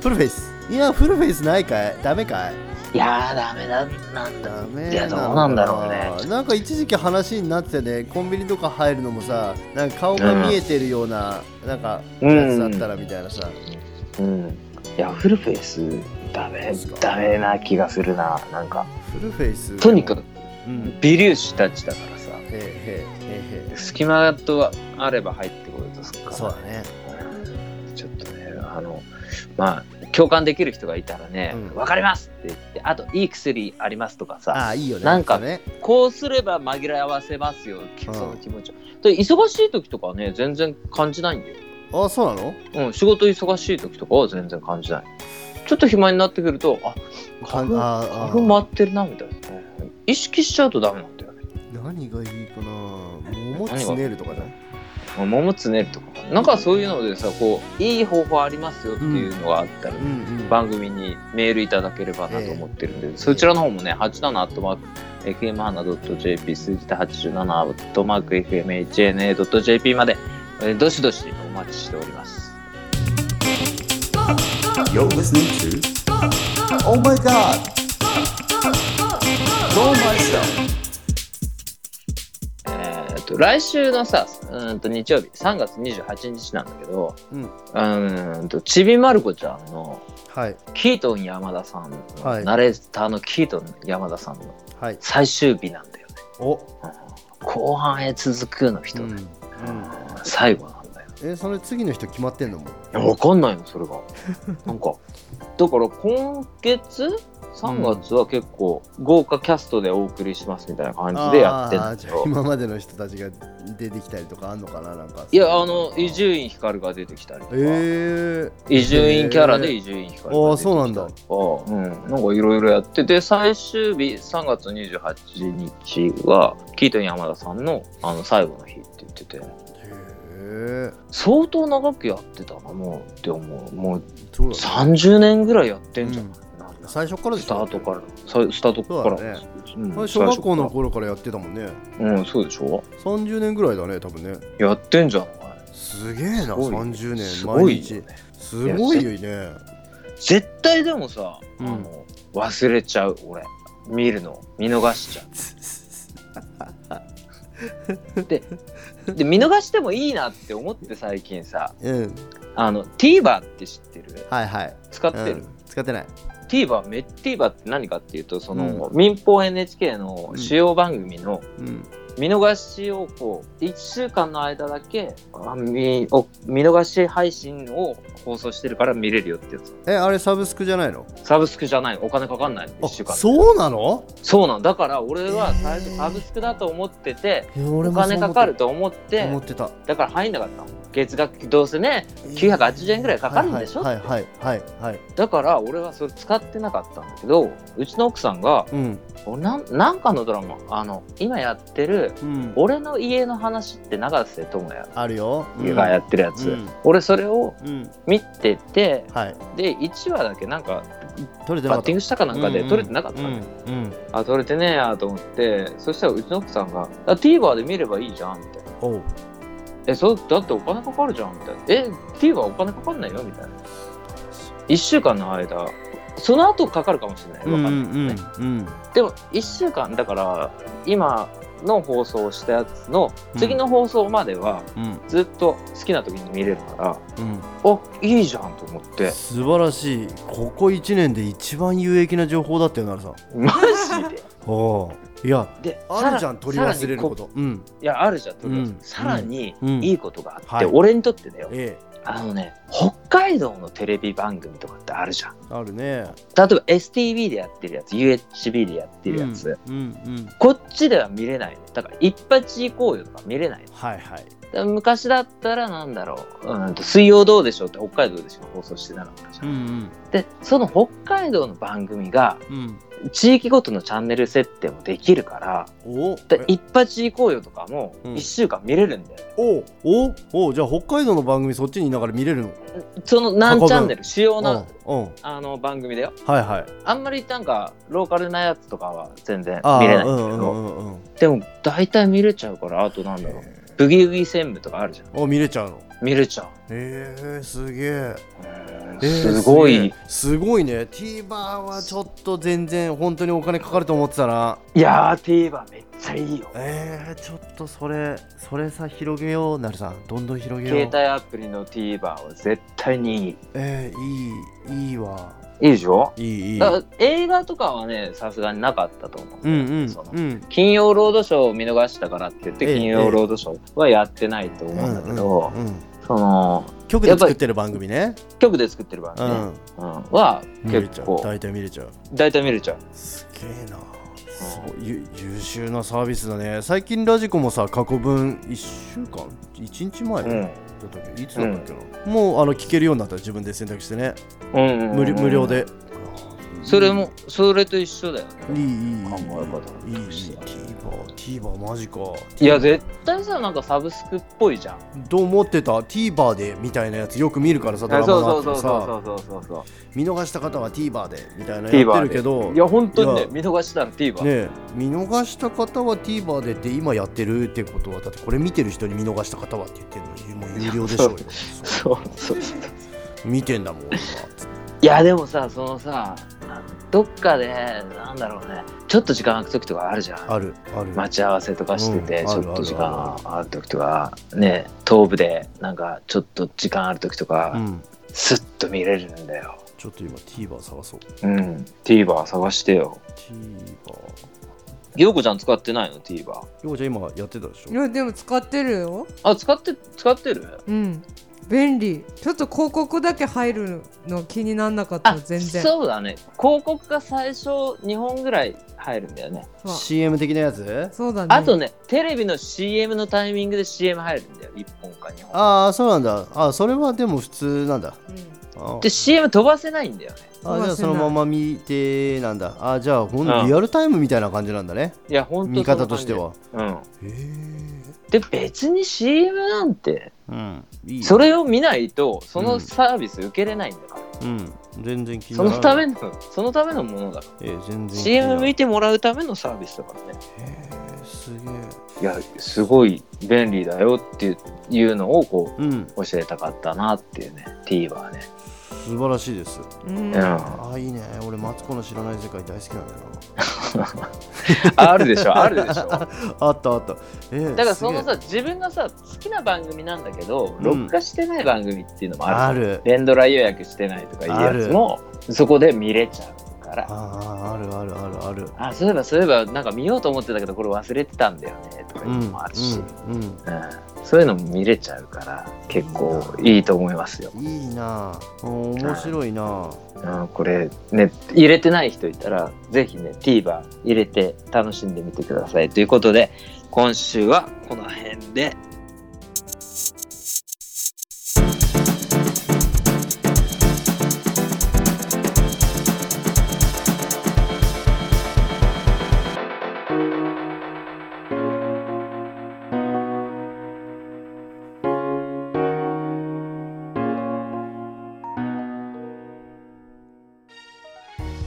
S3: フルフェイスいやフルフェイスないかいダメかい
S2: いやーダメだなんだ
S3: ダメ
S2: いやどうなんだろうね
S3: なんか一時期話になっててねコンビニとか入るのもさなんか顔が見えてるような、なんか
S2: うん
S3: やつだったらみたいなさ、
S2: うん。いや、フルフェイス、ダメ
S3: そうっすか、
S2: ダメな気がするな。なんか、
S3: フルフェイス
S2: とにかく、
S3: うん
S2: 微粒子たちだからさ、
S3: へえへえへえへ
S2: 隙間とあれば入ってこようとするか
S3: え
S2: ら。
S3: そうだね
S2: うんちょっとね、あの、まあ、共感できる人がいたらね
S3: う、ん
S2: わ、かりますって言って、あと、いい薬ありますとかさ、
S3: ああいいよね
S2: なんか
S3: ね
S2: こうすれば紛らわせますよ、その気持ちを。で、忙しい時とかはね、全然感じないんだよ。
S3: あそうなの
S2: うん、仕事忙しい時とかは全然感じない。ちょっと暇になってくると、あ、花粉
S3: あ
S2: 花
S3: あ
S2: 粉回ってるなみたいな。意識しちゃうとダメなんだよね。
S3: 何がいいかな桃つねるとかじゃない
S2: 桃つねるとか。なんかそういうのでさ、こう、いい方法ありますよっていうのがあったら、
S3: うんうん
S2: 番組にメールいただければなと思ってるんで、そちらの方もね、87アットマーク、fmhana.jp、数字で87アットマーク、fmhna.jp まで、えーどしどしお待ちしております。
S7: You're listening to Oh my god! Blow myself!
S2: えーっと来週のさうーんと日曜日3月28日なんだけど、
S3: うん
S2: うーんとちびまる子ちゃんの
S3: はい
S2: キートン山田さんの、
S3: はい
S2: ナレーターのキートン山田さんの
S3: はい
S2: 最終日なんだよね
S3: お
S2: 後半へ続くの人、
S3: うんう
S2: うん
S3: ん
S2: 最後なんだよ
S3: えその次の人決まってんのもう
S2: いやわかんないのそ
S3: [laughs]
S2: れがなんかだから今月3月は結構豪華キャストでお送りしますみたいな感じでやってん
S3: あ
S2: だ
S3: ー
S2: け
S3: じゃ
S2: ど
S3: あ今までの人たちが出てきたりとかあんのかななんか
S2: いやあの伊集院光が出てきたりとか、
S3: ええ
S2: 伊集院キャラで伊集院光
S3: ああそうなんだ
S2: ああうんなんかいろいろやってて最終日3月28日はキートン山田さんのあの最後の日って言ってて
S3: へえ
S2: 相当長くやってたなもうって思うもう
S3: そうだ、ね、
S2: 30年ぐらいやってんじゃない、なんだ
S3: 最初からで
S2: ス
S3: し
S2: タ
S3: ょ
S2: ートからさスタートから
S3: そうだね
S2: うん
S3: あれ小学校の
S2: 最初
S3: 頃からやってたもんね
S2: からうんそうでしょ
S3: 30年ぐらいだね多分ね
S2: やってんじゃない
S3: すげえな
S2: すごい
S3: 30年
S2: すごい
S3: 毎
S2: よ
S3: 日
S2: ね
S3: すごいよね
S2: 絶対でもさ、
S3: うん
S2: あの忘れちゃう俺見るの見逃しちゃ
S3: [laughs]
S2: うでで見逃してもいいなって思って最近さ
S3: うん
S2: あの TVer って知ってる
S3: はいはい、
S2: 使って
S3: う
S2: る、
S3: ん、使ってない
S2: TVer め TVer って何かっていうとその、民放 NHK の主要番組の
S3: うん
S2: 見逃しをこう1週間の間だけあ見お見逃し配信を放送してるから見れるよってやつ
S3: えあれサブスクじゃないの
S2: サブスクじゃないお金かかんない1週間
S3: あそうなの
S2: そうなんだから俺は最初サブスクだと思ってて、
S3: お
S2: お金かかると思っ
S3: 思
S2: て
S3: ってた
S2: だから入んなかったの月額どうせね980円ぐらいかかるんでしょ、
S3: はいはいはいはい、はいはい、
S2: だから俺はそれ使ってなかったんだけどうちの奥さんが
S3: うん
S2: おなんなんかのドラマあの今やってる
S3: うん
S2: 「俺の家の話」って永瀬智
S3: あるよ、うん
S2: 也がやってるやつ、
S3: うん
S2: 俺それを
S3: うん
S2: 見てて
S3: はい
S2: で1話だけなんか
S3: 取れてな
S2: バ
S3: か
S2: ッティ
S3: った
S2: ングしたかなんかで取れてなかったんだよ、
S3: うんうん、うん
S2: あ取れてねえやと思ってそしたらうちの奥さんがあ「TVer で見ればいいじゃん」みたいな
S3: おう
S2: 「えそうだってお金かかるじゃん」みたいな「え TVer お金かかんないよ」みたいな1週間の間その後かかるかもしれないわかんないけどね、
S3: うんうんうん
S2: でも1週間だから今の放送をしたやつの
S3: うん
S2: 次の放送までは
S3: うん
S2: ずっと好きな時に見れるから、
S3: うん
S2: あいいじゃんと思って
S3: 素晴らしいここ1年で一番有益な情報だったよなるさん
S2: マジで
S3: おーいや
S2: [laughs] で
S3: あるじゃん取り忘れるこ
S2: さらに
S3: とうん
S2: いやあるじゃんとりあえず
S3: うん
S2: さらに
S3: うん
S2: いいことがあって、
S3: はい
S2: 俺にとってだよ
S3: ええ
S2: あのね北海道のテレビ番組とかってあるじゃん
S3: あるね
S2: 例えば STV でやってるやつ UHB でやってるやつ、
S3: うんうん
S2: こっちでは見れないのだから一発行こうよとか見れないの
S3: はいはい
S2: だから昔だったらなんだろううんと水曜どうでしょうって北海道でしか放送してなかったじゃん、
S3: ん
S2: でその北海道の番組が
S3: うん
S2: 地域ごとのチャンネル設定もできるから
S3: お
S2: で一発行こうよとかも
S3: うん
S2: 1週間見れるんだよ、
S3: おおおじゃあ北海道の番組そっちにいながら見れるの
S2: その何チャンネル主要な
S3: うんうん
S2: あの番組だよ
S3: はいはい
S2: あんまりなんかローカルなやつとかは全然
S3: あー
S2: 見れないんだけど、
S3: うんうんうんうん
S2: でも大体見れちゃうからあとなんだろうブギウギ専務とかあるじゃん
S3: お見れちゃうの
S2: 見れちゃう
S3: へえすげええー
S2: すごい、
S3: げえすごいね TVer はちょっと全然本当にお金かかると思ってたない
S2: やー TVer めっちゃいいよ
S3: えー、ちょっとそれそれさ広げようなるさんどんどん広げよう
S2: 携帯アプリの TVer は絶対にいい
S3: えー、いいいいわ
S2: いいでしょ
S3: いいいい
S2: だから映画とかはねさすがになかったと思う、
S3: うんうん
S2: その
S3: うん
S2: 金曜ロードショーを見逃したからって言って
S3: ええ
S2: 金曜ロードショーはやってないと思うんだけど、
S3: うんうん
S2: その
S3: 局で作ってる番組ね
S2: 局で作ってる番
S3: う
S2: 組、
S3: ん
S2: うんは
S3: 見れち
S2: 結
S3: ゃう
S2: 構
S3: 大体見れちゃう
S2: 大体見れちゃう
S3: すげえなすごいゆ優秀なサービスだね最近ラジコもさ過去分1週間1日前、
S2: うん
S3: だったっけいつだったっけな、もうあの聞けるようになったら自分で選択してね
S2: うんうんうんうん
S3: 無料無料で
S2: それもそれと一緒だよ
S3: いいいいいいい
S2: 考え方
S3: いいいい TVerTVer マジか
S2: いや絶対さなんかサブスクっぽいじゃん
S3: と思ってた TVer でみたいなやつよく見るからさドラマの後でさ
S2: そうそうそう
S3: 見逃した方は TVer でみたいなや
S2: TVer
S3: ってるけど
S2: いや本当に
S3: い
S2: ね
S3: や
S2: 見逃したら TVer、
S3: ねえ見逃した方は TVer でって今やってるってことはだってこれ見てる人に見逃した方はって言ってるのにもう有料でしょうよ
S2: そうそうそう
S3: 見てんだもん俺はい
S2: やでもさそのさあのどっかでなんだろうねちょっと時間空く時とかあるじゃん
S3: あるある
S2: 待ち合わせとかしてて、
S3: うん
S2: ち
S3: あ
S2: ょ
S3: る
S2: っと時
S3: あ
S2: 間
S3: る
S2: ある時とかね東部でなんかちょっと時間ある時と
S3: う
S2: か、
S3: ん
S2: すっスッと見れるんだよ
S3: ちょっと今 TVer 探そう
S2: うん TVer 探してよ
S3: TVer
S2: 陽子ちゃん使ってないの TVer
S3: ようちゃん今やってたでし
S4: い
S3: ょ
S4: やでも使ってるよ
S2: あ使って使ってる
S4: うん便利ちょっと広告だけ入るの気になんなかった
S2: あ
S4: 全然
S2: そうだね広告が最初2本ぐらい入るんだよね
S3: CM 的なやつ
S4: そうだね
S2: あとねテレビの CM のタイミングで CM 入るんだよ1本か2本
S3: ああそうなんだあそれはでも普通なんだ
S4: う
S3: あ
S2: で CM 飛ばせないんだよね
S3: あじゃあそのまま見てなんだあじゃあほんリアルタイムみたいな感じなんだね
S2: いや本当
S3: 見方としては
S2: うん
S3: へえ
S2: で別に CM なんて
S3: うんいい
S2: それを見ないとそのサービス受けれないんだから、
S3: うん全然気に
S2: そ
S3: ならな
S2: の
S3: い
S2: ためのそのためのものだから
S3: えー全然
S2: CM 見
S3: て
S2: てもらうためのサービスだからね
S3: すげえ
S2: いやすごい便利だよっていういうのをこ
S3: うん
S2: う教えたかったなっていうね TVer ね
S3: 素晴らしいです
S4: ん、
S2: うん
S3: ああいいね俺マツコの知らない世界大好きなんだよ
S2: あるで
S3: [laughs]
S2: しょあるでしょ
S3: なあったあったえー
S2: だからその
S3: すげえ
S2: さ自分がさ好きな番組なんだけど
S3: うん
S2: 録画してない番組っていうのもあ
S3: あ
S2: る、
S3: る
S2: 連ドラ予約してないとかいうやつもそこで見れちゃうから
S3: あーあるあるあるある
S2: あそういえばそういえばなんか見ようと思ってたけどこれ忘れてたんだよねとかいううんのもあるし、
S3: うん
S2: うんそういうのも見れちゃうから結構いいと思いますよ、
S3: うんいいなうん面白いな
S2: うん、これね入れてない人いたらぜひね TVer 入れて楽しんでみてくださいということで今週はこの辺で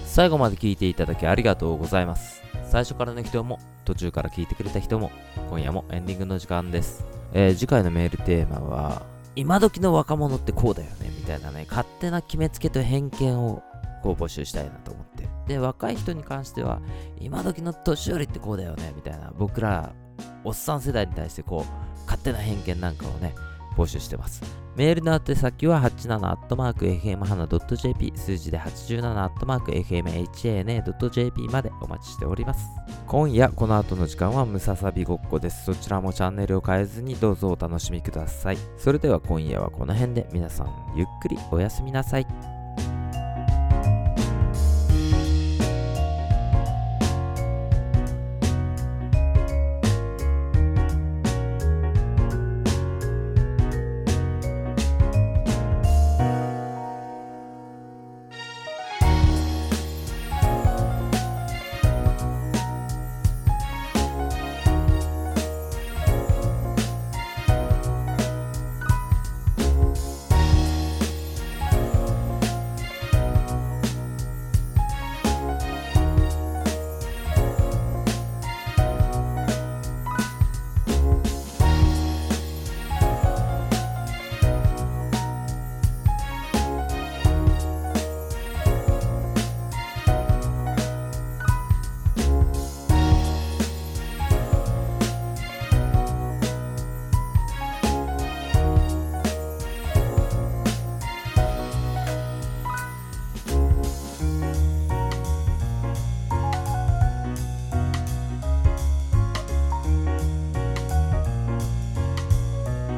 S1: 最後まで聞いていただきありがとうございます。最初からの人も、途中から聞いてくれた人も、今夜もエンディングの時間です。えー次回のメールテーマは、今時の若者ってこうだよね、みたいなね、勝手な決めつけと偏見をこう募集したいなと思って
S2: で若い人に関しては今時の年寄りってこうだよねみたいな僕らおっさん世代に対してこう勝手な偏見なんかをね募集してますメールの宛先は 87-fmhana.jp 数字で 87-fmhana.jp までお待ちしております今夜この後の時間はムササビごっこですそちらもチャンネルを変えずにどうぞお楽しみくださいそれでは今夜はこの辺で皆さんゆっくりおやすみなさい